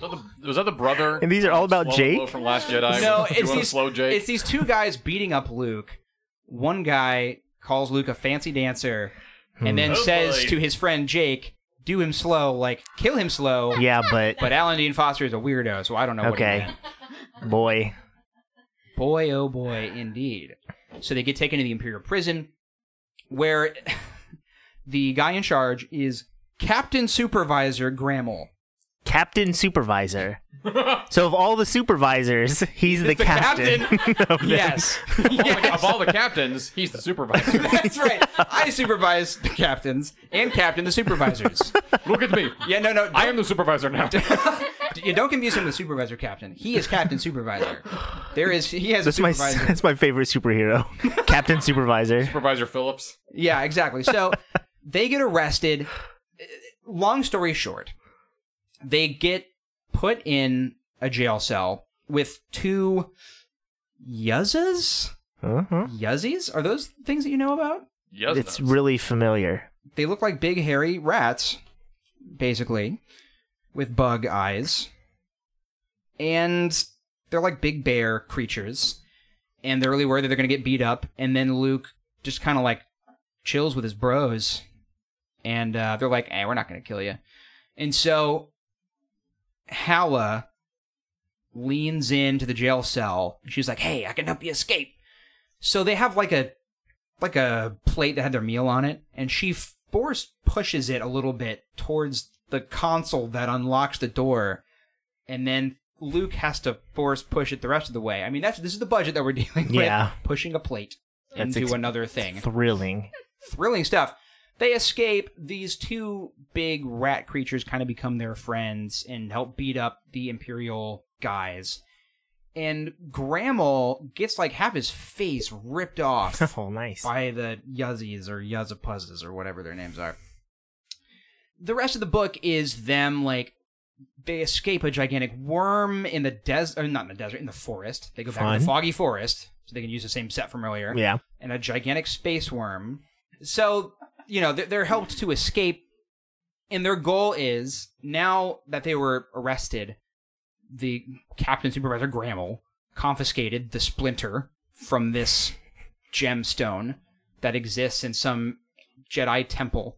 that the, was that the brother? And these are all about Slow and Jake? Low from Last Jedi. No, Do you it's wanna these, slow Jake. it's these two guys beating up Luke. One guy calls Luke a fancy dancer and then Oh, says boy. to his friend Jake, do him slow, like kill him slow. Yeah, but But Alan Dean Foster is a weirdo, so I don't know what he Okay. meant. boy, Boy, oh boy, indeed. So they get taken to the Imperial prison, where the guy in charge is Captain Supervisor Grammel. Captain Supervisor. So of all the supervisors, he's the, captain. of them. yes. Oh my God, of all the captains, he's the supervisor. That's right. I supervise the captains and captain the supervisors. Look at me. Yeah, no, no. I am the supervisor now. don't- you don't confuse him with supervisor captain. He is captain supervisor. There is he has a That's my supervisor. that's my favorite superhero, Captain Supervisor. supervisor Phillips. Yeah, exactly. So they get arrested. Uh, Long story short, they get put in a jail cell with two yuzzas. Uh-huh. Yuzzies? Are those things that you know about? Yes, It's that's- really familiar. They look like big hairy rats, basically, with bug eyes. And they're like big bear creatures. And they're really worried that they're going to get beat up. And then Luke just kind of like chills with his bros. And uh, they're like, hey, we're not going to kill you. And so Halla leans into the jail cell. She's like, hey, I can help you escape. So they have like a like a plate that had their meal on it, and she force pushes it a little bit towards the console that unlocks the door, and then Luke has to force push it the rest of the way. I mean, that's this is the budget that we're dealing Yeah. with: pushing a plate That's into ex- another thing. Thrilling. Thrilling stuff. They escape. These two big rat creatures kind of become their friends and help beat up the Imperial guys. And Grammel gets like half his face ripped off Oh, nice. by the Yuzzies or Yuzzapuzzes or whatever their names are. The rest of the book is them like they escape a gigantic worm in the desert, not in the desert, in the forest. They go back to Fun. the foggy forest, so they can use the same set from earlier. Yeah. And a gigantic space worm. So you know they're, they're helped to escape, and their goal is now that they were arrested, the captain supervisor Grammel confiscated the splinter from this gemstone that exists in some Jedi temple.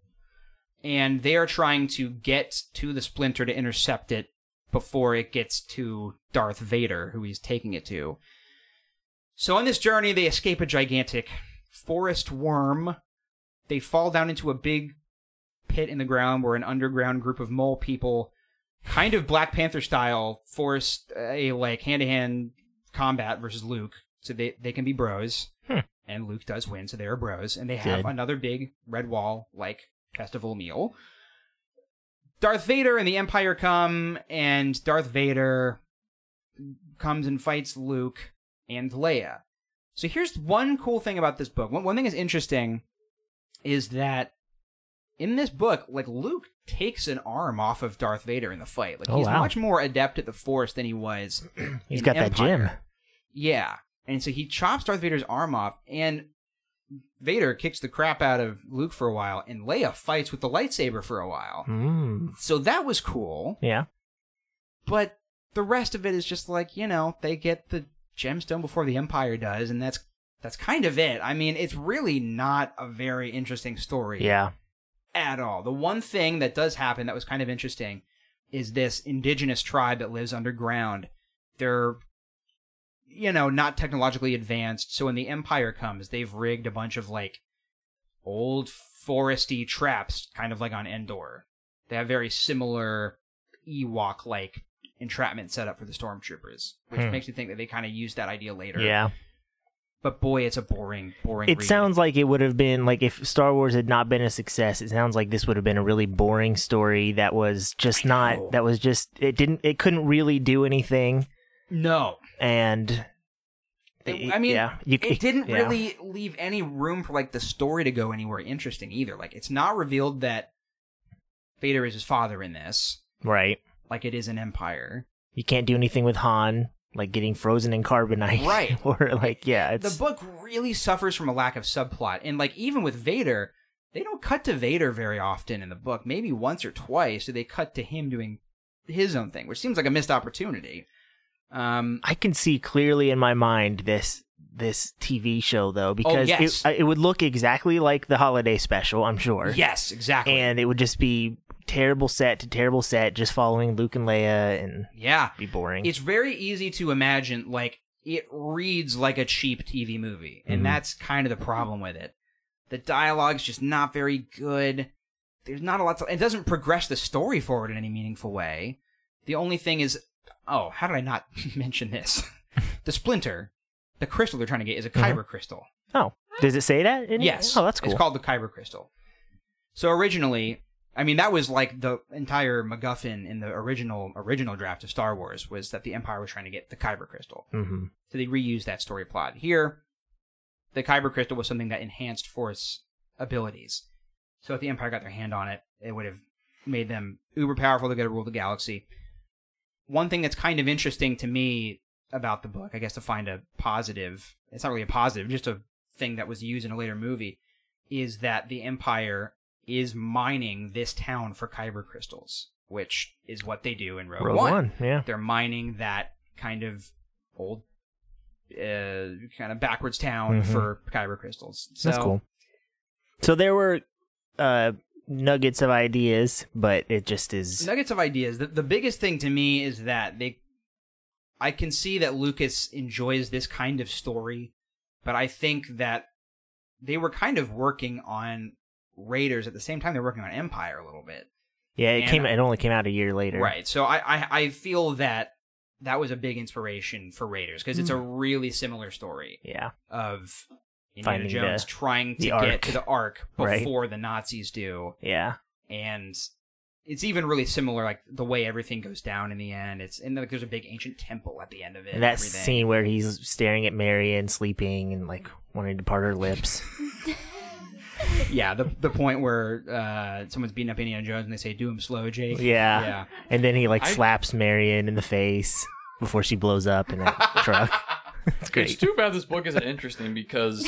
And they are trying to get to the splinter to intercept it before it gets to Darth Vader, who he's taking it to. So on this journey, they escape a gigantic forest worm. They fall down into a big pit in the ground where an underground group of mole people, kind of Black Panther style, forced a like hand to hand combat versus Luke. So they, they can be bros and Luke does win, so they are bros, and they have Good. another big red wall like festival meal. Darth Vader and the Empire come, and Darth Vader comes and fights Luke and Leia. So here's one cool thing about this book. One, one thing is interesting is that in this book, like Luke takes an arm off of Darth Vader in the fight. Like Oh, he's wow. much more adept at the Force than he was. He's in got that Empire. gym. Yeah. And so he chops Darth Vader's arm off, and Vader kicks the crap out of Luke for a while, and Leia fights with the lightsaber for a while. Mm. So that was cool, Yeah. but the rest of it is just like, you know, they get the gemstone before the Empire does, and that's that's kind of it. I mean, it's really not a very interesting story Yeah. at all. The one thing that does happen that was kind of interesting is this indigenous tribe that lives underground. They're, you know, not technologically advanced. So when the Empire comes, they've rigged a bunch of like old foresty traps, kind of like on Endor. They have very similar Ewok like entrapment set up for the stormtroopers, which Hmm. makes me think that they kind of use that idea later Yeah. But boy, it's a boring, boring. It sounds like it would have been like if Star Wars had not been a success. It sounds like this would have been a really boring story that was just not that was just it didn't it couldn't really do anything no. and It- I mean, yeah, you c- it didn't yeah. really leave any room for like the story to go anywhere interesting either. Like, it's not revealed that Vader is his father in this, right. like it is in Empire. You can't do anything with Han like getting frozen in carbonite, Right. or like yeah, it's the book really suffers from a lack of subplot, and like even with Vader, they don't cut to Vader very often in the book. Maybe once or twice do they cut to him doing his own thing, which seems like a missed opportunity. Um, I can see clearly in my mind this this TV show though because Oh, yes. it it would look exactly like the holiday special, I'm sure. yes, exactly. and it would just be terrible set to terrible set, just following Luke and Leia, and yeah, be boring. It's very easy to imagine, like, it reads like a cheap TV movie, and Mhm. that's kind of the problem with it. The dialogue's just not very good. There's not a lot to. It doesn't progress the story forward in any meaningful way. The only thing is, oh, how did I not mention this? the splinter, the crystal they're trying to get is a Mhm. kyber crystal. oh, does it say that? in it? Yes. Oh, that's cool. It's called the Kyber Crystal. So originally, I mean, that was like the entire MacGuffin in the original original draft of Star Wars was that the Empire was trying to get the Kyber Crystal. hmm So they reused that story plot. Here, the Kyber Crystal was something that enhanced Force abilities. So if the Empire got their hand on it, it would have made them uber powerful to get to rule the galaxy. One thing that's kind of interesting to me about the book, I guess to find a positive, it's not really a positive, just a thing that was used in a later movie, is that the Empire is mining this town for Kyber crystals, which is what they do in Rogue, Rogue One. One, yeah. They're mining that kind of old, uh, kind of backwards town Mhm. for Kyber crystals. So, That's cool. So there were uh, nuggets of ideas, but it just is. nuggets of ideas. The, the biggest thing to me is that they, I can see that Lucas enjoys this kind of story, but I think that they were kind of working on Raiders at the same time they're working on Empire a little bit. yeah, it and- came. It only came out a year later. Right. So I, I, I feel that that was a big inspiration for Raiders because it's Mm. a really similar story Yeah. of Indiana Finding Jones the- trying to the get Ark. to the Ark Right. before the Nazis do Yeah. and it's even really similar, like the way everything goes down in the end. It's and like there's a big ancient temple at the end of it. And that everything. scene where he's staring at Marion sleeping and like wanting to part her lips. yeah, the the point where uh, someone's beating up Indiana Jones and they say, "Do him slow, Jake." yeah. yeah. And then he like I- slaps Marion in the face before she blows up in that truck. It's great. It's too bad this book isn't interesting because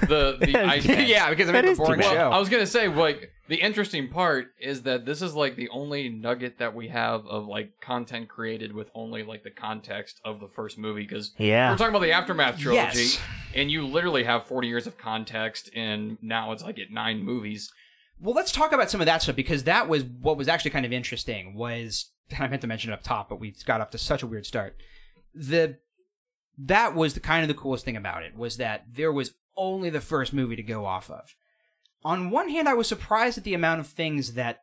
the the idea. yeah, because I mean, That it's is a too boring bad. show. Well, I was gonna say like the interesting part is that this is like the only nugget that we have of like content created with only like the context of the first movie because Yeah. we're talking about the aftermath trilogy Yes. and you literally have 40 years of context and now it's like at nine movies Well, let's talk about some of that stuff because that was what was actually kind of interesting. Was I meant to mention it up top, but we got off to such a weird start. The that was the kind of the coolest thing about it was that there was only the first movie to go off of. On one hand, I was surprised at the amount of things that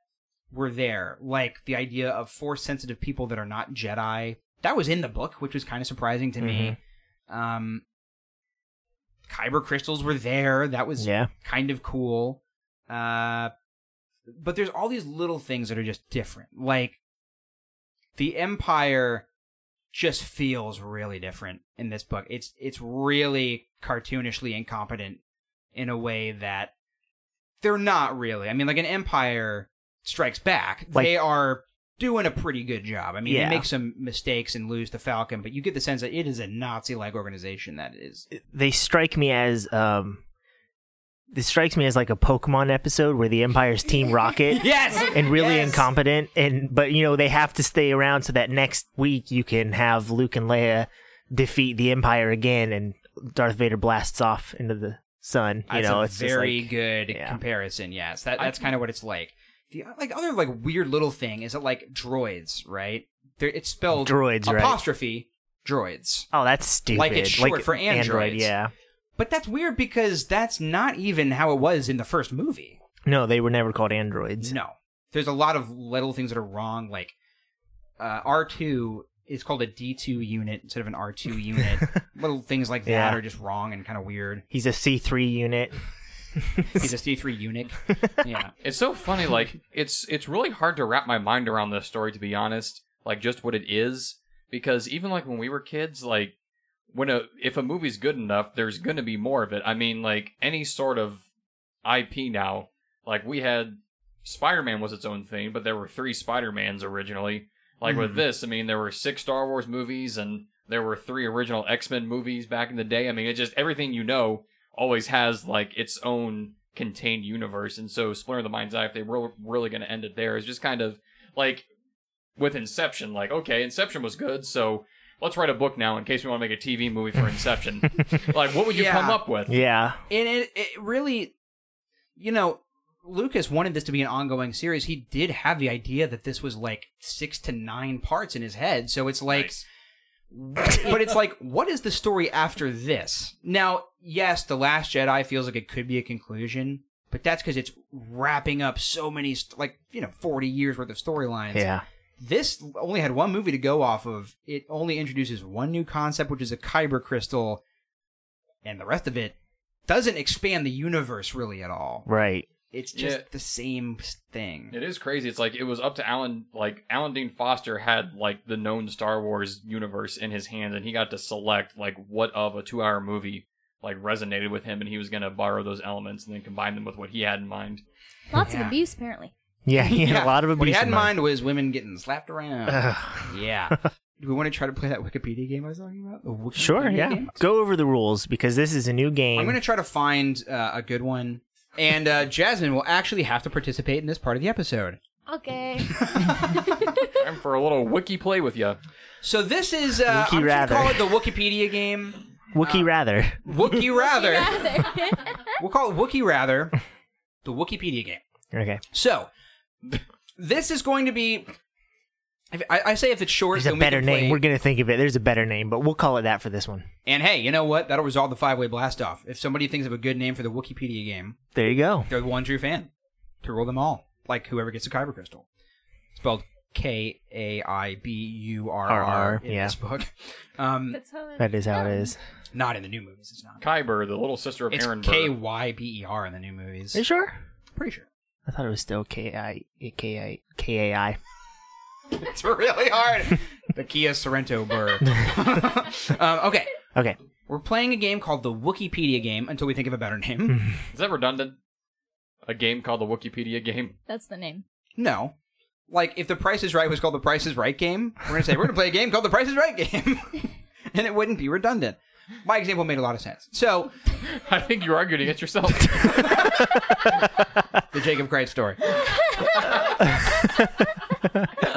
were there, like the idea of force sensitive people that are not Jedi. That was in the book, which was kind of surprising to me. Um, Kyber crystals were there. That was Yeah. kind of cool. Uh, but there's all these little things that are just different. Like the Empire just feels really different in this book. It's it's really cartoonishly incompetent in a way that they're not really. I mean, like an Empire Strikes Back, Like- they are doing a pretty good job. I mean, Yeah. they make some mistakes and lose the Falcon, but you get the sense that it is a Nazi-like organization that is they strike me as um this strikes me as like a Pokemon episode where the Empire's Team Rocket yes and really Yes! incompetent and but you know they have to stay around so that next week you can have Luke and Leia defeat the Empire again and Darth Vader blasts off into the sun. You That's know, a it's just very like- good yeah. comparison. Yes, that that's kind of what it's like. The like other like weird little thing is that like droids, right? They're, it's spelled Droids, right. apostrophe droids, Oh, that's stupid. Like it's short for Android, androids. yeah. but that's weird because that's not even how it was in the first movie. No, they were never called androids. No, there's a lot of little things that are wrong. Like uh, R two is called a D2 unit instead of an R2 unit. Little things like that Yeah. are just wrong and kind of weird. He's a C three unit. He's a C3 eunuch. Yeah. It's so funny. Like it's it's really hard to wrap my mind around this story, to be honest. Like just what it is, because even like when we were kids, like when a if a movie's good enough, there's gonna be more of it. I mean, like any sort of IP now. Like we had Spider Man was its own thing, but there were three Spider Mans originally. Like with this, I mean, there were six Star Wars movies and there were three original X Men movies back in the day. I mean, it just everything you know always has like its own contained universe, and so Splinter of the Mind's Eye, if they were really going to end it there, is just kind of like with Inception. Like, okay, Inception was good, so let's write a book now in case we want to make a TV movie for Inception. like, what would you Yeah. come up with? Yeah. And it, it really, you know, Lucas wanted this to be an ongoing series. He did have the idea that this was like six to nine parts in his head. So it's like, Nice. but it's like, what is the story after this? Now, yes, The Last Jedi feels like it could be a conclusion, but that's because it's wrapping up so many, st- like, you know, 40 years worth of storylines. Yeah. This only had one movie to go off of. It only introduces one new concept, which is a kyber crystal, and the rest of it doesn't expand the universe really at all. Right. It's just Yeah. the same thing. It is crazy. It's like it was up to Alan. Like Alan Dean Foster had like the known Star Wars universe in his hands, and he got to select like what of a two-hour movie like resonated with him, and he was going to borrow those elements and then combine them with what he had in mind. Lots Yeah. of abuse, apparently. Yeah. He had a lot of abuse. What he had in mind. mind was women getting slapped around. Ugh. yeah. Do we want to try to play that Wikipedia game I was talking about? The Wikipedia Sure. Yeah. game? Go over the rules because this is a new game. I'm going to try to find uh, a good one. And uh, Jasmine will actually have to participate in this part of the episode. Okay. Time for a little wiki play with you. So this is, uh, Wiki I'm going to rather. call it the Wikipedia game. Wookie rather. Wookie Rather. we'll call it Wookie Rather, the Wikipedia game. Okay. So this is going to be. If, I, I say if it's short, There's a then we better can name. play- We're gonna think of it. There's a better name, but we'll call it that for this one. And hey, you know what? That'll resolve the five way blast off. If somebody thinks of a good name for the Wikipedia game, There you go. they're the one true fan to rule them all. Like whoever gets the Kyber Crystal, spelled K A I B U R R RR, in yeah. this book. Um, That's how it- That is how it is. not in the new movies. It's not. Kyber, the little sister of It's Aaron K Burr. Y B E R in the new movies. Are you sure? Pretty sure. I thought it was still K I K I K A I. It's really hard. the Kia Sorrento Burr. um, okay. Okay. We're playing a game called the Wikipedia game until we think of a better name. Is that redundant? A game called the Wikipedia game. That's the name. no. Like, if The Price is Right was called The Price is Right game, we're going to say, we're going to play a game called The Price is Right game. and it wouldn't be redundant. My example made a lot of sense. So, I think you're arguing against yourself. the Jacob Crichton story.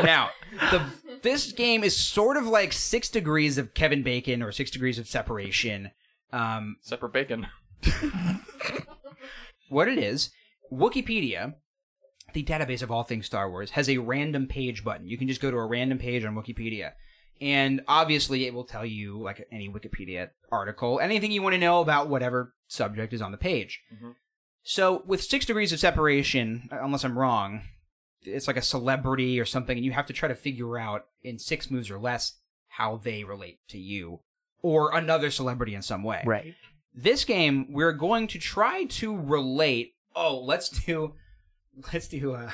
now, the, this game is sort of like six degrees of Kevin Bacon or six degrees of separation. Um, Separate bacon. what it is wikipedia the database of all things star wars has a random page button you can just go to a random page on wikipedia and obviously it will tell you like any wikipedia article anything you want to know about whatever subject is on the page so with six degrees of separation uh, unless i'm wrong it's like a celebrity or something and you have to try to figure out in six moves or less how they relate to you or another celebrity in some way Right. this game we're going to try to relate oh let's do let's do uh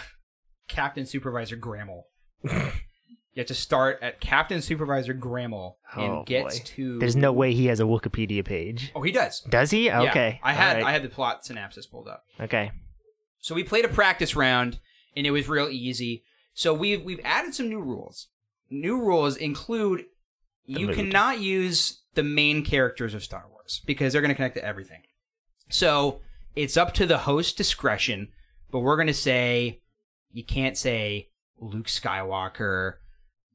captain supervisor grammel you have to start at captain supervisor grammel and Oh, gets boy. to There's no way he has a Wikipedia page. oh he does Does he? Yeah, Okay. i had All i right. had the plot synopsis pulled up Okay. so we played a practice round, and it was real easy. So we've we've added some new rules. New rules include you mood. cannot use the main characters of Star Wars because they're going to connect to everything. So it's up to the host discretion, but we're going to say you can't say Luke Skywalker,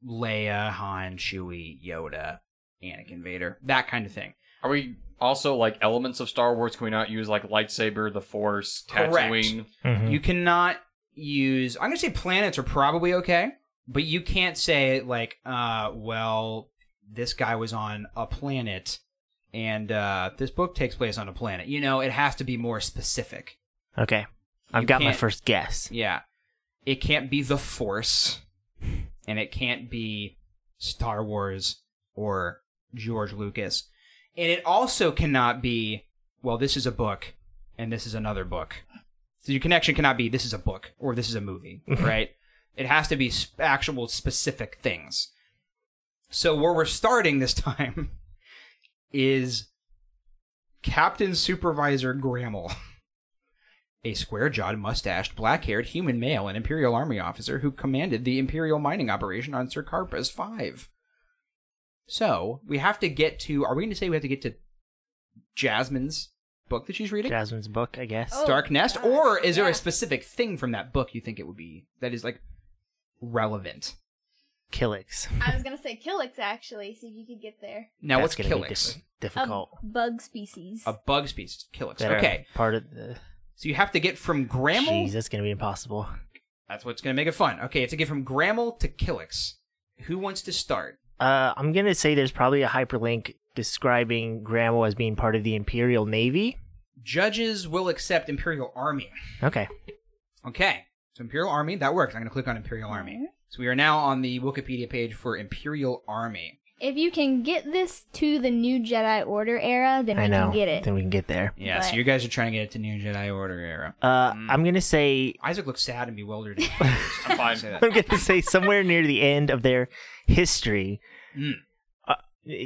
Leia, Han, Chewie, Yoda, Anakin, Vader, that kind of thing. Are we also like elements of Star Wars? Can we not use like lightsaber, the Force, Correct. Tatooine? Mhm. You cannot use. I'm gonna say planets are probably okay, but you can't say like, uh, well, this guy was on a planet, and uh, this book takes place on a planet. You know, it has to be more specific. okay. I've You got my can't- first guess. Yeah, it can't be the Force, and it can't be Star Wars or George Lucas. And it also cannot be, well, this is a book and this is another book. So your connection cannot be this is a book or this is a movie, right? It has to be sp- actual specific things. So where we're starting this time is Captain Supervisor Grammel, a square-jawed, mustached, black-haired human male and Imperial Army officer who commanded the Imperial mining operation on Sir Carpus Five. So we have to get to. Are we going to say we have to get to Jasmine's book that she's reading? Jasmine's book, I guess. Oh. Dark Nest, gosh, or is there yeah. a specific thing from that book you think it would be that is like relevant? Killix. I was gonna say Killix actually, see if you could get there. Now, That's what's gonna be Killix? diff- difficult. A bug species. A bug species, Killix. That are Okay, Part of the. so you have to get from Grammel. Jeez, that's gonna be impossible. That's what's gonna make it fun. Okay, it's a get from Grammel to Killix. Who wants to start? Uh, I'm gonna say there's probably a hyperlink describing Grammel as being part of the Imperial Navy. Judges will accept Imperial Army. Okay. Okay, so Imperial Army that works. I'm gonna click on Imperial Mm-hmm. Army. So we are now on the Wikipedia page for Imperial Army. If you can get this to the new Jedi Order era, then I we know. can get it. Then we can get there. Yeah, so But- you guys are trying to get it to New Jedi Order era. Uh, Mm. I'm gonna say Isaac looks sad and bewildered. I'm fine. Say that. I'm gonna say somewhere near the end of their history. Mm. Uh,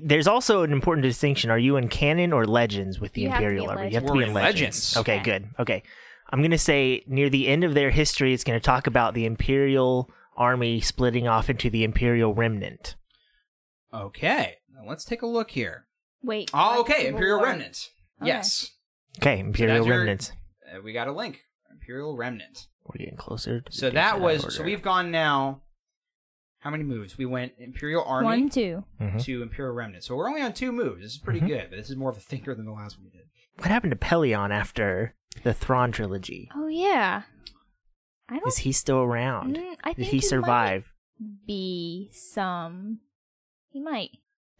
there's also an important distinction. Are you in canon or legends with the You have to be Imperial in Army? You have to We're be in in legends. legends. Okay, good. Okay, I'm gonna say near the end of their history, it's gonna talk about the Imperial Army splitting off into the Imperial Remnant. Okay, now let's take a look here. Wait. Oh, what? okay, Civil Imperial War. Remnant. Okay. Yes, Okay, Imperial that's your- Remnant. uh, we got a link. Imperial Remnant. We're getting closer. To So the that Jedi was. Order. So we've gone now. How many moves? We went Imperial Army One, two. Mhm. to Imperial Remnant. So we're only on two moves. This is pretty Mhm. good, but this is more of a thinker than the last one we did. What happened to Pelion after the Thrawn trilogy? Oh yeah. I don't Is he still around? Mm, I Did think he he might. survive? be some. He might.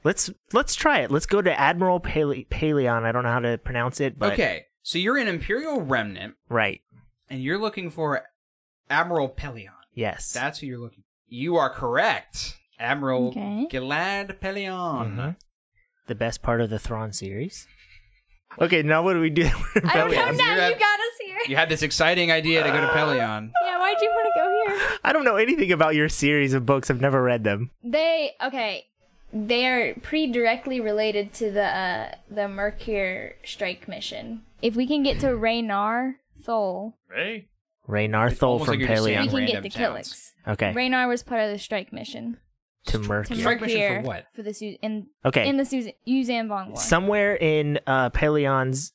Let's let's try it. Let's go to Admiral Pale- Paleon. I don't know how to pronounce it, but Okay, so you're in Imperial Remnant, right. and you're looking for Admiral Pelion. Yes. That's who you're looking. You are correct, Admiral Okay. Gilad Pelion. Mhm. the best part of the Thrawn series. Okay, now what do we do? I don't know. Pelion. Now You're you at- got us here. You had this exciting idea to go to Pelion. Yeah. Why'd you want to go here? I don't know anything about your series of books. I've never read them. They okay. They are pretty directly related to the uh, the Mercure strike mission. If we can get to Raynar Thol, Hey, Raynar It's Thol almost from like you're just we saying- Paleon. can get Random to towns. Killix. Okay. Raynar was part of the strike mission to to Mercury. Strike mission for Mercure what? For the Su- in Okay. in the Susan Yuzan Vong War. Somewhere in uh, Paleon's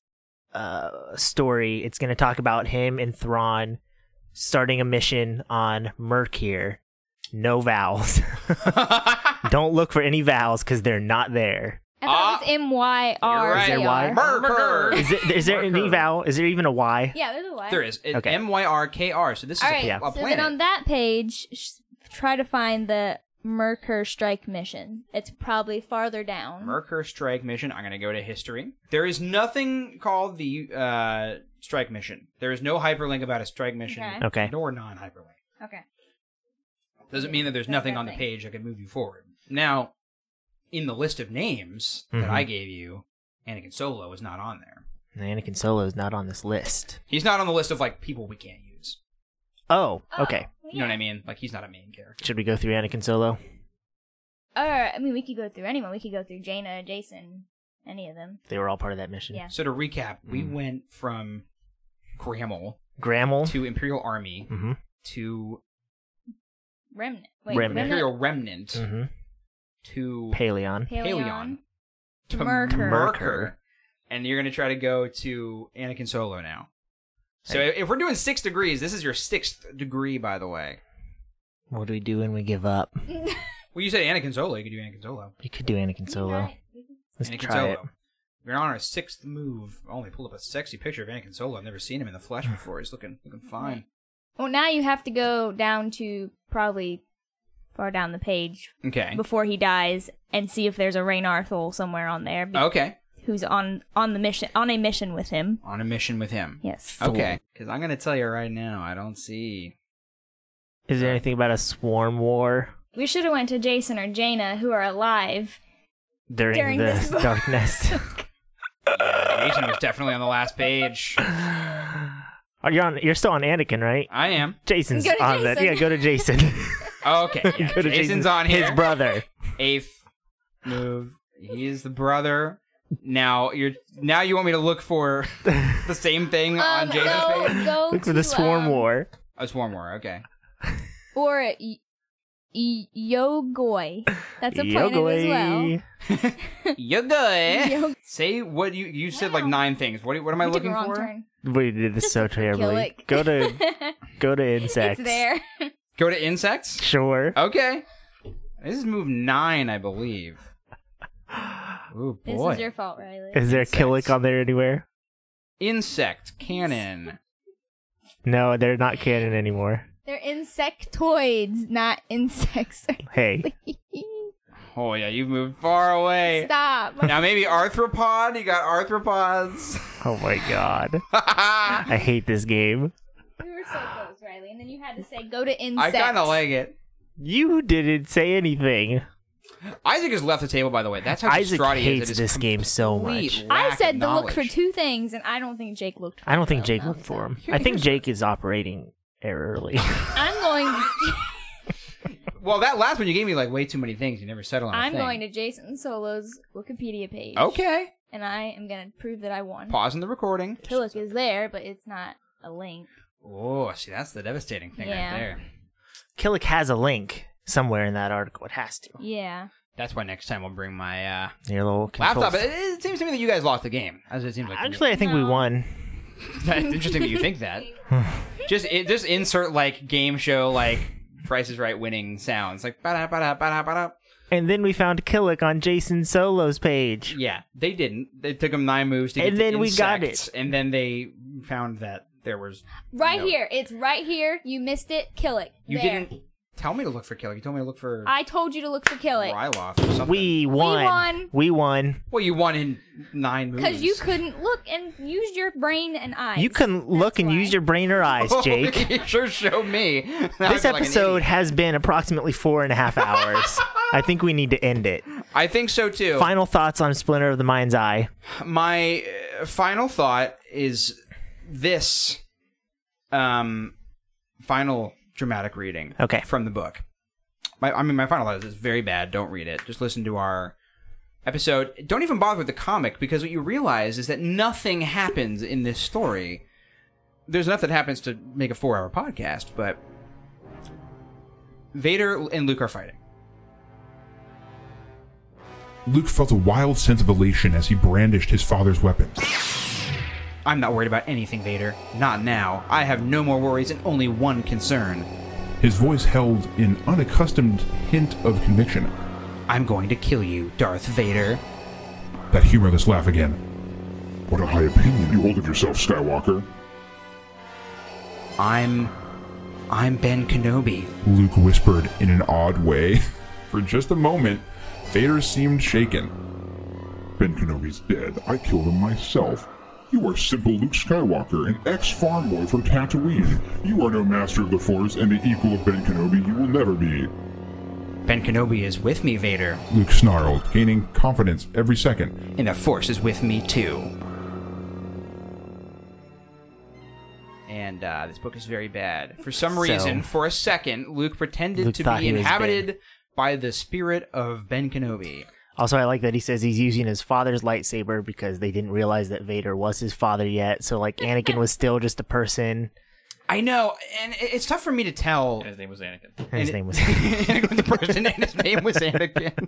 uh, story, it's going to talk about him and Thrawn starting a mission on Mercure. No vowels. don't look for any vowels because they're not there. I thought it was M Y R. Ah! Is You're right. C there R. Y? Merker. Is, it, is there any Mercury. vowel? Is there even a Y? Yeah, there's a Y. There is Okay. M Y R K R. So this is All a- right. Yeah. a, So planet. then on that page, sh- try to find the Mercur strike mission. It's probably farther down. Merker strike mission. I'm gonna go to history. There is nothing called the uh, strike mission. There is no hyperlink about a strike mission, Okay. Okay. nor non-hyperlink. okay. Doesn't mean that there's nothing on the page that could move you forward. Now, in the list of names Mhm. that I gave you, Anakin Solo is not on there. Anakin Solo is not on this list. He's not on the list of like people we can't use. Oh, Oh, okay. You know what I yeah. mean? Like he's not a main character. Should we go through Anakin Solo? Or I mean, we could go through anyone. We could go through Jaina, Jason, any of them. They were all part of that mission. Yeah. So to recap, we Mm. went from Grammel Grammel. to Imperial Army mm-hmm. to Remnant. Wait, Remnant. Imperial Remnant Mm-hmm. to Paleon. Paleon. to Merker. Merker. and you're gonna try to go to Anakin Solo now. So if we're doing six degrees, this is your sixth degree, by the way. What do we do when we give up? Well, you said Anakin Solo. You could do Anakin Solo. You could do Anakin Solo. Let's Anakin try Solo. it. We're on our sixth move. Oh, they pulled up a sexy picture of Anakin Solo. I've never seen him in the flesh before. He's looking looking fine. Well, now you have to go down to probably far down the page Okay. before he dies and see if there's a Raynar Thol somewhere on there be- Okay. who's on on the mission on a mission with him. On a mission with him. Yes. Okay. Because I'm gonna tell you right now, I don't see Is there anything about a swarm war? We should have went to Jason or Jaina, who are alive. during, During this the book. dark nest. Jason was definitely on the last page. Are you on? You're still on Anakin, right? I am. Jason's Go to on that. Jason. Yeah, go to Jason. Okay. yeah, go to Jason's on here. His brother. eighth move. He is the brother. Now you're now you want me to look for the same thing on Um, Jason's go, page? go Look for to, the swarm um, war. Oh, it's one more. Okay. Or y- y- Yogoi. That's a planet as well. Yogoi. You're good. Yo- Say what you you said like nine things. What what Eh, am I We took a looking wrong for? turn. We did this so terribly. Killick. Go to go to insects. it's there. Go to insects. Sure. Okay. This is move nine, I believe. Oh This boy. is your fault, Riley. Is there Insects. Killick on there anywhere? Insect cannon. No, they're not canon anymore. They're insectoids, not insects. Hey, Oh yeah, you've moved far away. Stop. Now maybe arthropod. You got arthropods. oh my god, I hate this game. We were so close, Riley, and then you had to say go to I insects. kind of like it. You didn't say anything. Isaac has left the table, by the way. That's how Isaac distraught he is hates at his this game so complete much. lack I of said to look for knowledge. two things, and I don't think Jake looked. For I don't Oh, think Jake looked for him. I think Jake is operating errorly. I'm going. Well, that last one you gave me like way too many things. You never settled on. a I'm thing. going to Jason Solo's Wikipedia page. Okay. And I am gonna prove that I won. Pausing the recording. Killick is there, but it's not a link. Oh, see, that's the devastating thing Yeah. right there. Killick has a link somewhere in that article. It has to. Yeah. That's why next time we'll bring my uh, Your little control laptop. It, it seems to me that you guys lost the game. As it seems like. to me. Actually, I think we won. That's interesting that you think that. just it, just insert like game show like Price is Right winning sounds like ba da ba da ba da ba da. And then we found Killick on Jason Solo's page. Yeah, they didn't. They took them nine moves to get And to then we got insects, and then they found that there was Right No. here. It's right here. You missed it. Killick. you There. didn't tell me to look for Killick. You told me to look for I told you to look for Killick. Ryloth or something. We won. won. We won. well, you won in nine moves Because you couldn't look and use your brain and eyes. You can look and why. use your brain or eyes, Jake. you sure show me. Now Oh, I this feel like an episode idiot. has been approximately four and a half hours. I think we need to end it. I think so too. Final thoughts on Splinter of the Mind's Eye. my uh, final thought is this um final dramatic reading Okay. from the book my, i mean my final thought is it's very bad don't read it just listen to our episode don't even bother with the comic because what you realize is that nothing happens in this story there's enough that happens to make a four hour podcast but vader and luke are fighting Luke felt a wild sense of elation as he brandished his father's weapon. i'm not worried about anything vader not now i have no more worries and only one concern His voice held an unaccustomed hint of conviction. I'm going to kill you, Darth Vader. That humorless laugh again. What a high opinion you hold of yourself, Skywalker. I'm. I'm Ben Kenobi. Luke whispered in an odd way. For just a moment, Vader seemed shaken. Ben Kenobi's dead. I killed him myself. You are simple Luke Skywalker, an ex-farm boy from Tatooine. You are no master of the Force, and the equal of Ben Kenobi you will never be. Ben Kenobi is with me, Vader, Luke snarled, gaining confidence every second. and the Force is with me too. And uh, this book is very bad. For some So- reason, for a second, Luke pretended Luke to thought be he was inhabited by the spirit of Ben Kenobi. Also, I like that he says he's using his father's lightsaber because they didn't realize that Vader was his father yet. So, like, Anakin was still just a person, I know, and it- it's tough for me to tell. And his name was Anakin. and his name was. the person, and his name was Anakin.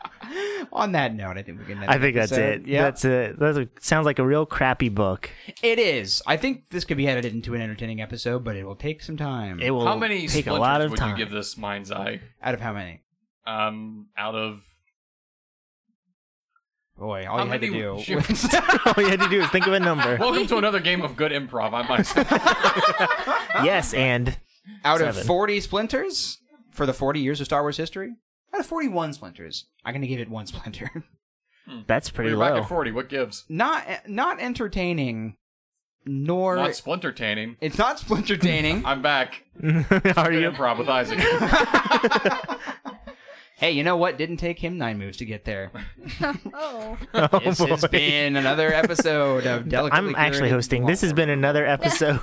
On that note, I think we can. end I the think that's episode. it. Yeah. That's a that's a sounds like a real crappy book. It is. I think this could be edited into an entertaining episode, but it will take some time. It will How many take splinters a lot of would time. you give this mind's eye? Out of how many? Um, out of Boy, all How you had to many do. shoot- was- All you had to do is think of a number. welcome to another game of good improv. I'm myself. yes, and out of Seven. 40 splinters for the 40 years of Star Wars history? Out of 41 splinters, I'm going to give it one splinter. that's pretty We're low. back at forty. What gives? not not entertaining nor Not splinter tanning. it's not splinter tanning. I'm back. Are you? Improv with Isaac. hey, you know what? Didn't take him nine moves to get there. Oh. this has boy. been another episode of Delicately I'm actually Curated. hosting. This has been another episode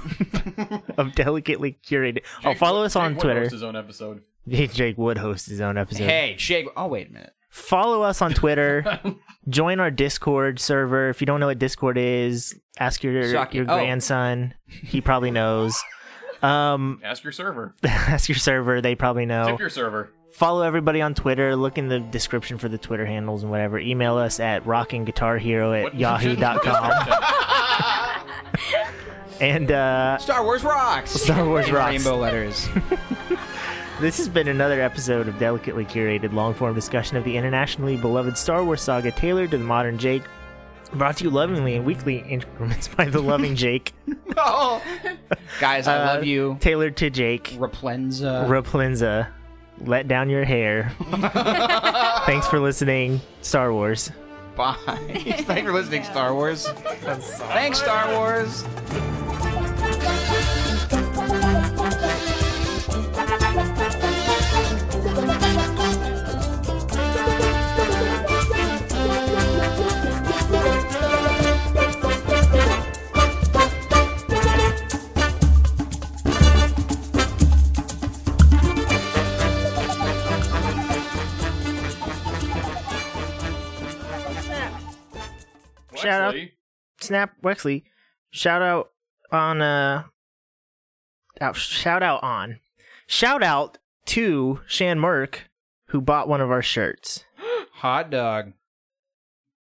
of Delicately Curated. Oh, Jake follow Wood- us on Jake Wood Twitter. hosts His own episode. Jake would host his own episode. Hey, Jake. Oh, wait a minute. Follow us on Twitter. Join our Discord server. If you don't know what Discord is, ask your, Saki- your oh. grandson. He probably knows. Um, Ask your server. ask your server. They probably know. Tip your server. follow everybody on Twitter. Look in the description for the Twitter handles and whatever. Email us at rockingguitarhero at What- yahoo.com. and uh, Star Wars rocks. Star Wars In rocks. Rainbow letters. this has been another episode of delicately curated long form discussion of the internationally beloved Star Wars saga tailored to the modern Jake. Brought to you lovingly in weekly increments by the loving Jake. oh. Guys, I Uh, love you. Tailored to Jake. Replenza. Raplinza. Let down your hair. Thanks for listening, Star Wars. Bye. Thanks for listening, Star Wars. Thanks, Star Wars. Shout out. Wexley, Snap Wexley, shout out on uh, out, shout out on, shout out to Shan Merk who bought one of our shirts. Hot dog.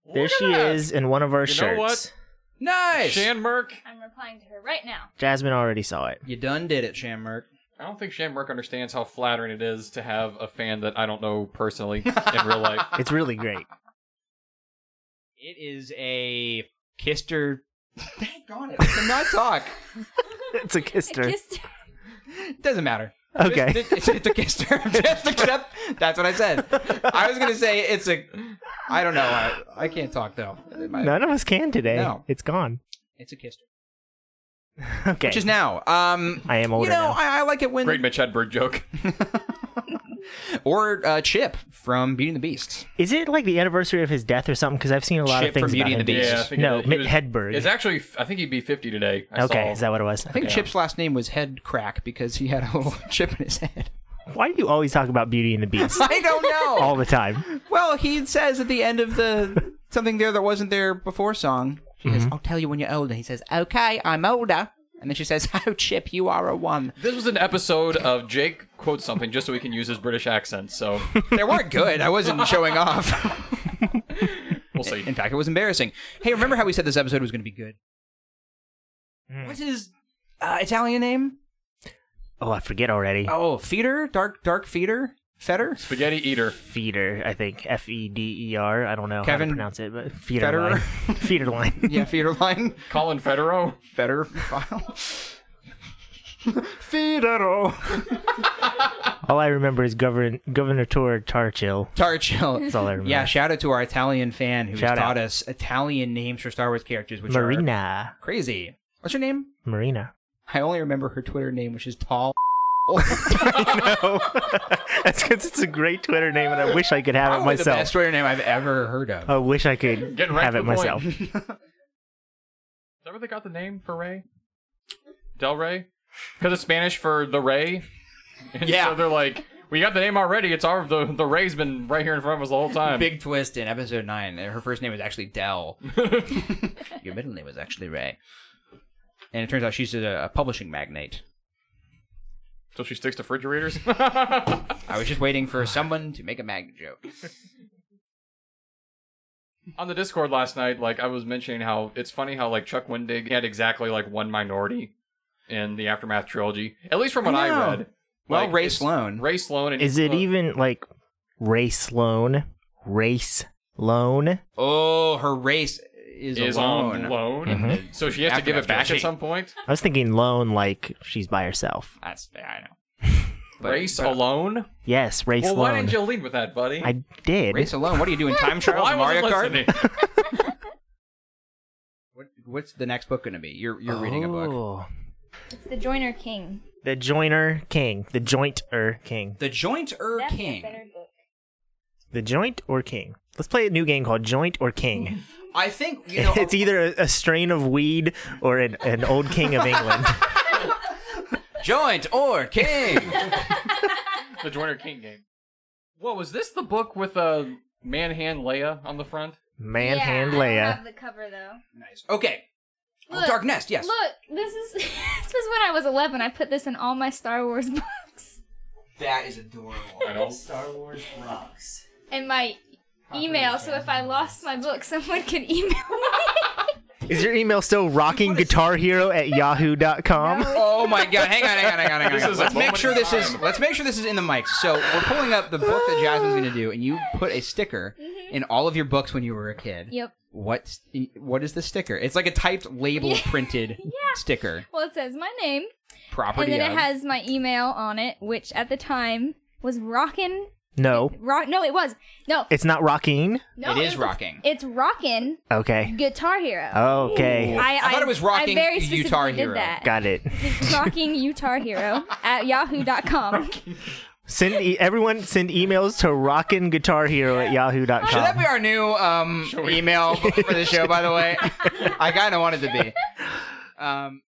look there at she that. is in one of our You know shirts. what? Nice. Shan Merck. I'm replying to her right now. Jasmine already saw it. you done did it, Shammerk. I don't think Shan Merck understands how flattering it is to have a fan that I don't know personally in real life. It's really great. It is a kister. Dang it. I cannot talk. it's a I kister. kissed her. Doesn't matter. Okay. Just- it's, it's a kister. Just accept. That's what I said. I was going to say it's a. I don't know. I, I can't talk, though. My- None of us can today. No. It's gone. It's a kister. Okay. Which is now. Um, I am older You know, now. I, I like it when. Great Mitch Hedberg joke. Or uh, Chip from Beauty and the Beast. is it like the anniversary of his death or something? Because I've seen a lot Chip of things from Beauty about and the him. Beast. Yeah, I think no, it- he Mitt was- Hedberg. It's actually, I think he'd be 50 today. I okay, saw. is that what it was? I think Chip's last name was Head Crack because he had a little chip in his head. Why do you always talk about Beauty and the Beast I don't know. all the time? well, he says at the end of the something there that wasn't there before song. She Mm-hmm. says, "I'll tell you when you're older." He says, "Okay, I'm older." And then she says, "Oh, Chip, you are a one." This was an episode of Jake quotes something just so he can use his British accent. So They weren't good. I wasn't showing off. we'll see. In fact, it was embarrassing. Hey, remember how we said this episode was going to be good? What's his uh, Italian name? Oh, I forget already. Oh, Feeder, Dark Dark Feeder, Fetter. Spaghetti eater. Feeder, I think. F E D E R. I don't know Kevin how to pronounce it, but feeder Federer? line. feeder line. Yeah, Feeder line. Colin Federer. better file. Fidero. All I remember is Govern- Governor Tor Tarchill. Tarchill. That's all I remember. Yeah, shout out to our Italian fan who Shout has taught out. us Italian names for Star Wars characters, which are Marina. crazy. What's her name? Marina. I only remember her Twitter name, which is Tall. no. That's because it's a great Twitter name, and I wish I could have it Probably the best myself. Twitter name I've ever heard of. I wish I could Getting right have to it the point. myself. Is that where they got the name for Ray? Del Rey? Because it's Spanish for the Ray. And Yeah. So they're like, we got the name already. It's our the the Ray's been right here in front of us the whole time. Big twist in episode nine. Her first name was actually Dell. Your middle name was actually Ray. And it turns out she's a, a publishing magnate. So she sticks to refrigerators. I was just waiting for someone to make a mag joke. On the Discord last night, like I was mentioning how it's funny how like Chuck Wendig had exactly like one minority in the aftermath trilogy. At least from what I I, know. read. Well, Like, Ray it's- Sloan. Ray Sloan and Is it uh, even like Ray Sloan? Race Loan? Oh, her race is, is alone. on loan? Mm-hmm. So she has to give it Aftermath back at trilogy. some point. I was thinking loan like she's by herself. That's I know. Race alone? Yes, Race Well, Loan. why didn't you lead with that, buddy? I did. Race alone. What are you doing? Time trials, Why Mario wasn't Kart. listening? What, what's the next book going to be? You're you're reading a book. Oh. It's the Joiner King. The Joiner King. The Jointer King. The Joint Er That's a King. better book. The Joint or King. Let's play a new game called Joint or King. I think you know. it's either a, a strain of weed or an, an old king of England. Joint or King. the Joiner King game. What was this? The book with uh, Manhand Leia on the front. Man yeah, hand I don't Leia. have the cover though. nice. Okay. Oh, Look, Dark Nest. Yes. Look, this is this was when I was 11. I put this in all my Star Wars books That is adorable. I don't. Star Wars rocks. and my email. So if I lost my book, someone could email me. Is your email still rocking guitar hero at yahoo.com? Oh my god! Hang on, hang on, hang on, hang on. This is a let's make moment sure in this is time. let's make sure this is in the mic. So we're pulling up the book that Jasmine's going to do, and you put a sticker in all of your books when you were a kid. Mm-hmm. Yep. What what is the sticker? It's like a typed label printed sticker. Well, it says my name, Property and then of. it has my email on it, which at the time was rockin' No. rock. No, it was no. It's not rocking. no, it is was- rocking. Oh, It's rockin' Okay. Guitar Hero. Okay. I, I thought it was Rockin' I very Guitar specifically did Hero. that. Got it. Rocking Utah Hero at yahoo.com. Send e- everyone send emails to rockinguitarhero at yahoo.com. Should that be our new um, email for the show? By the way, I kind of wanted to be. Um,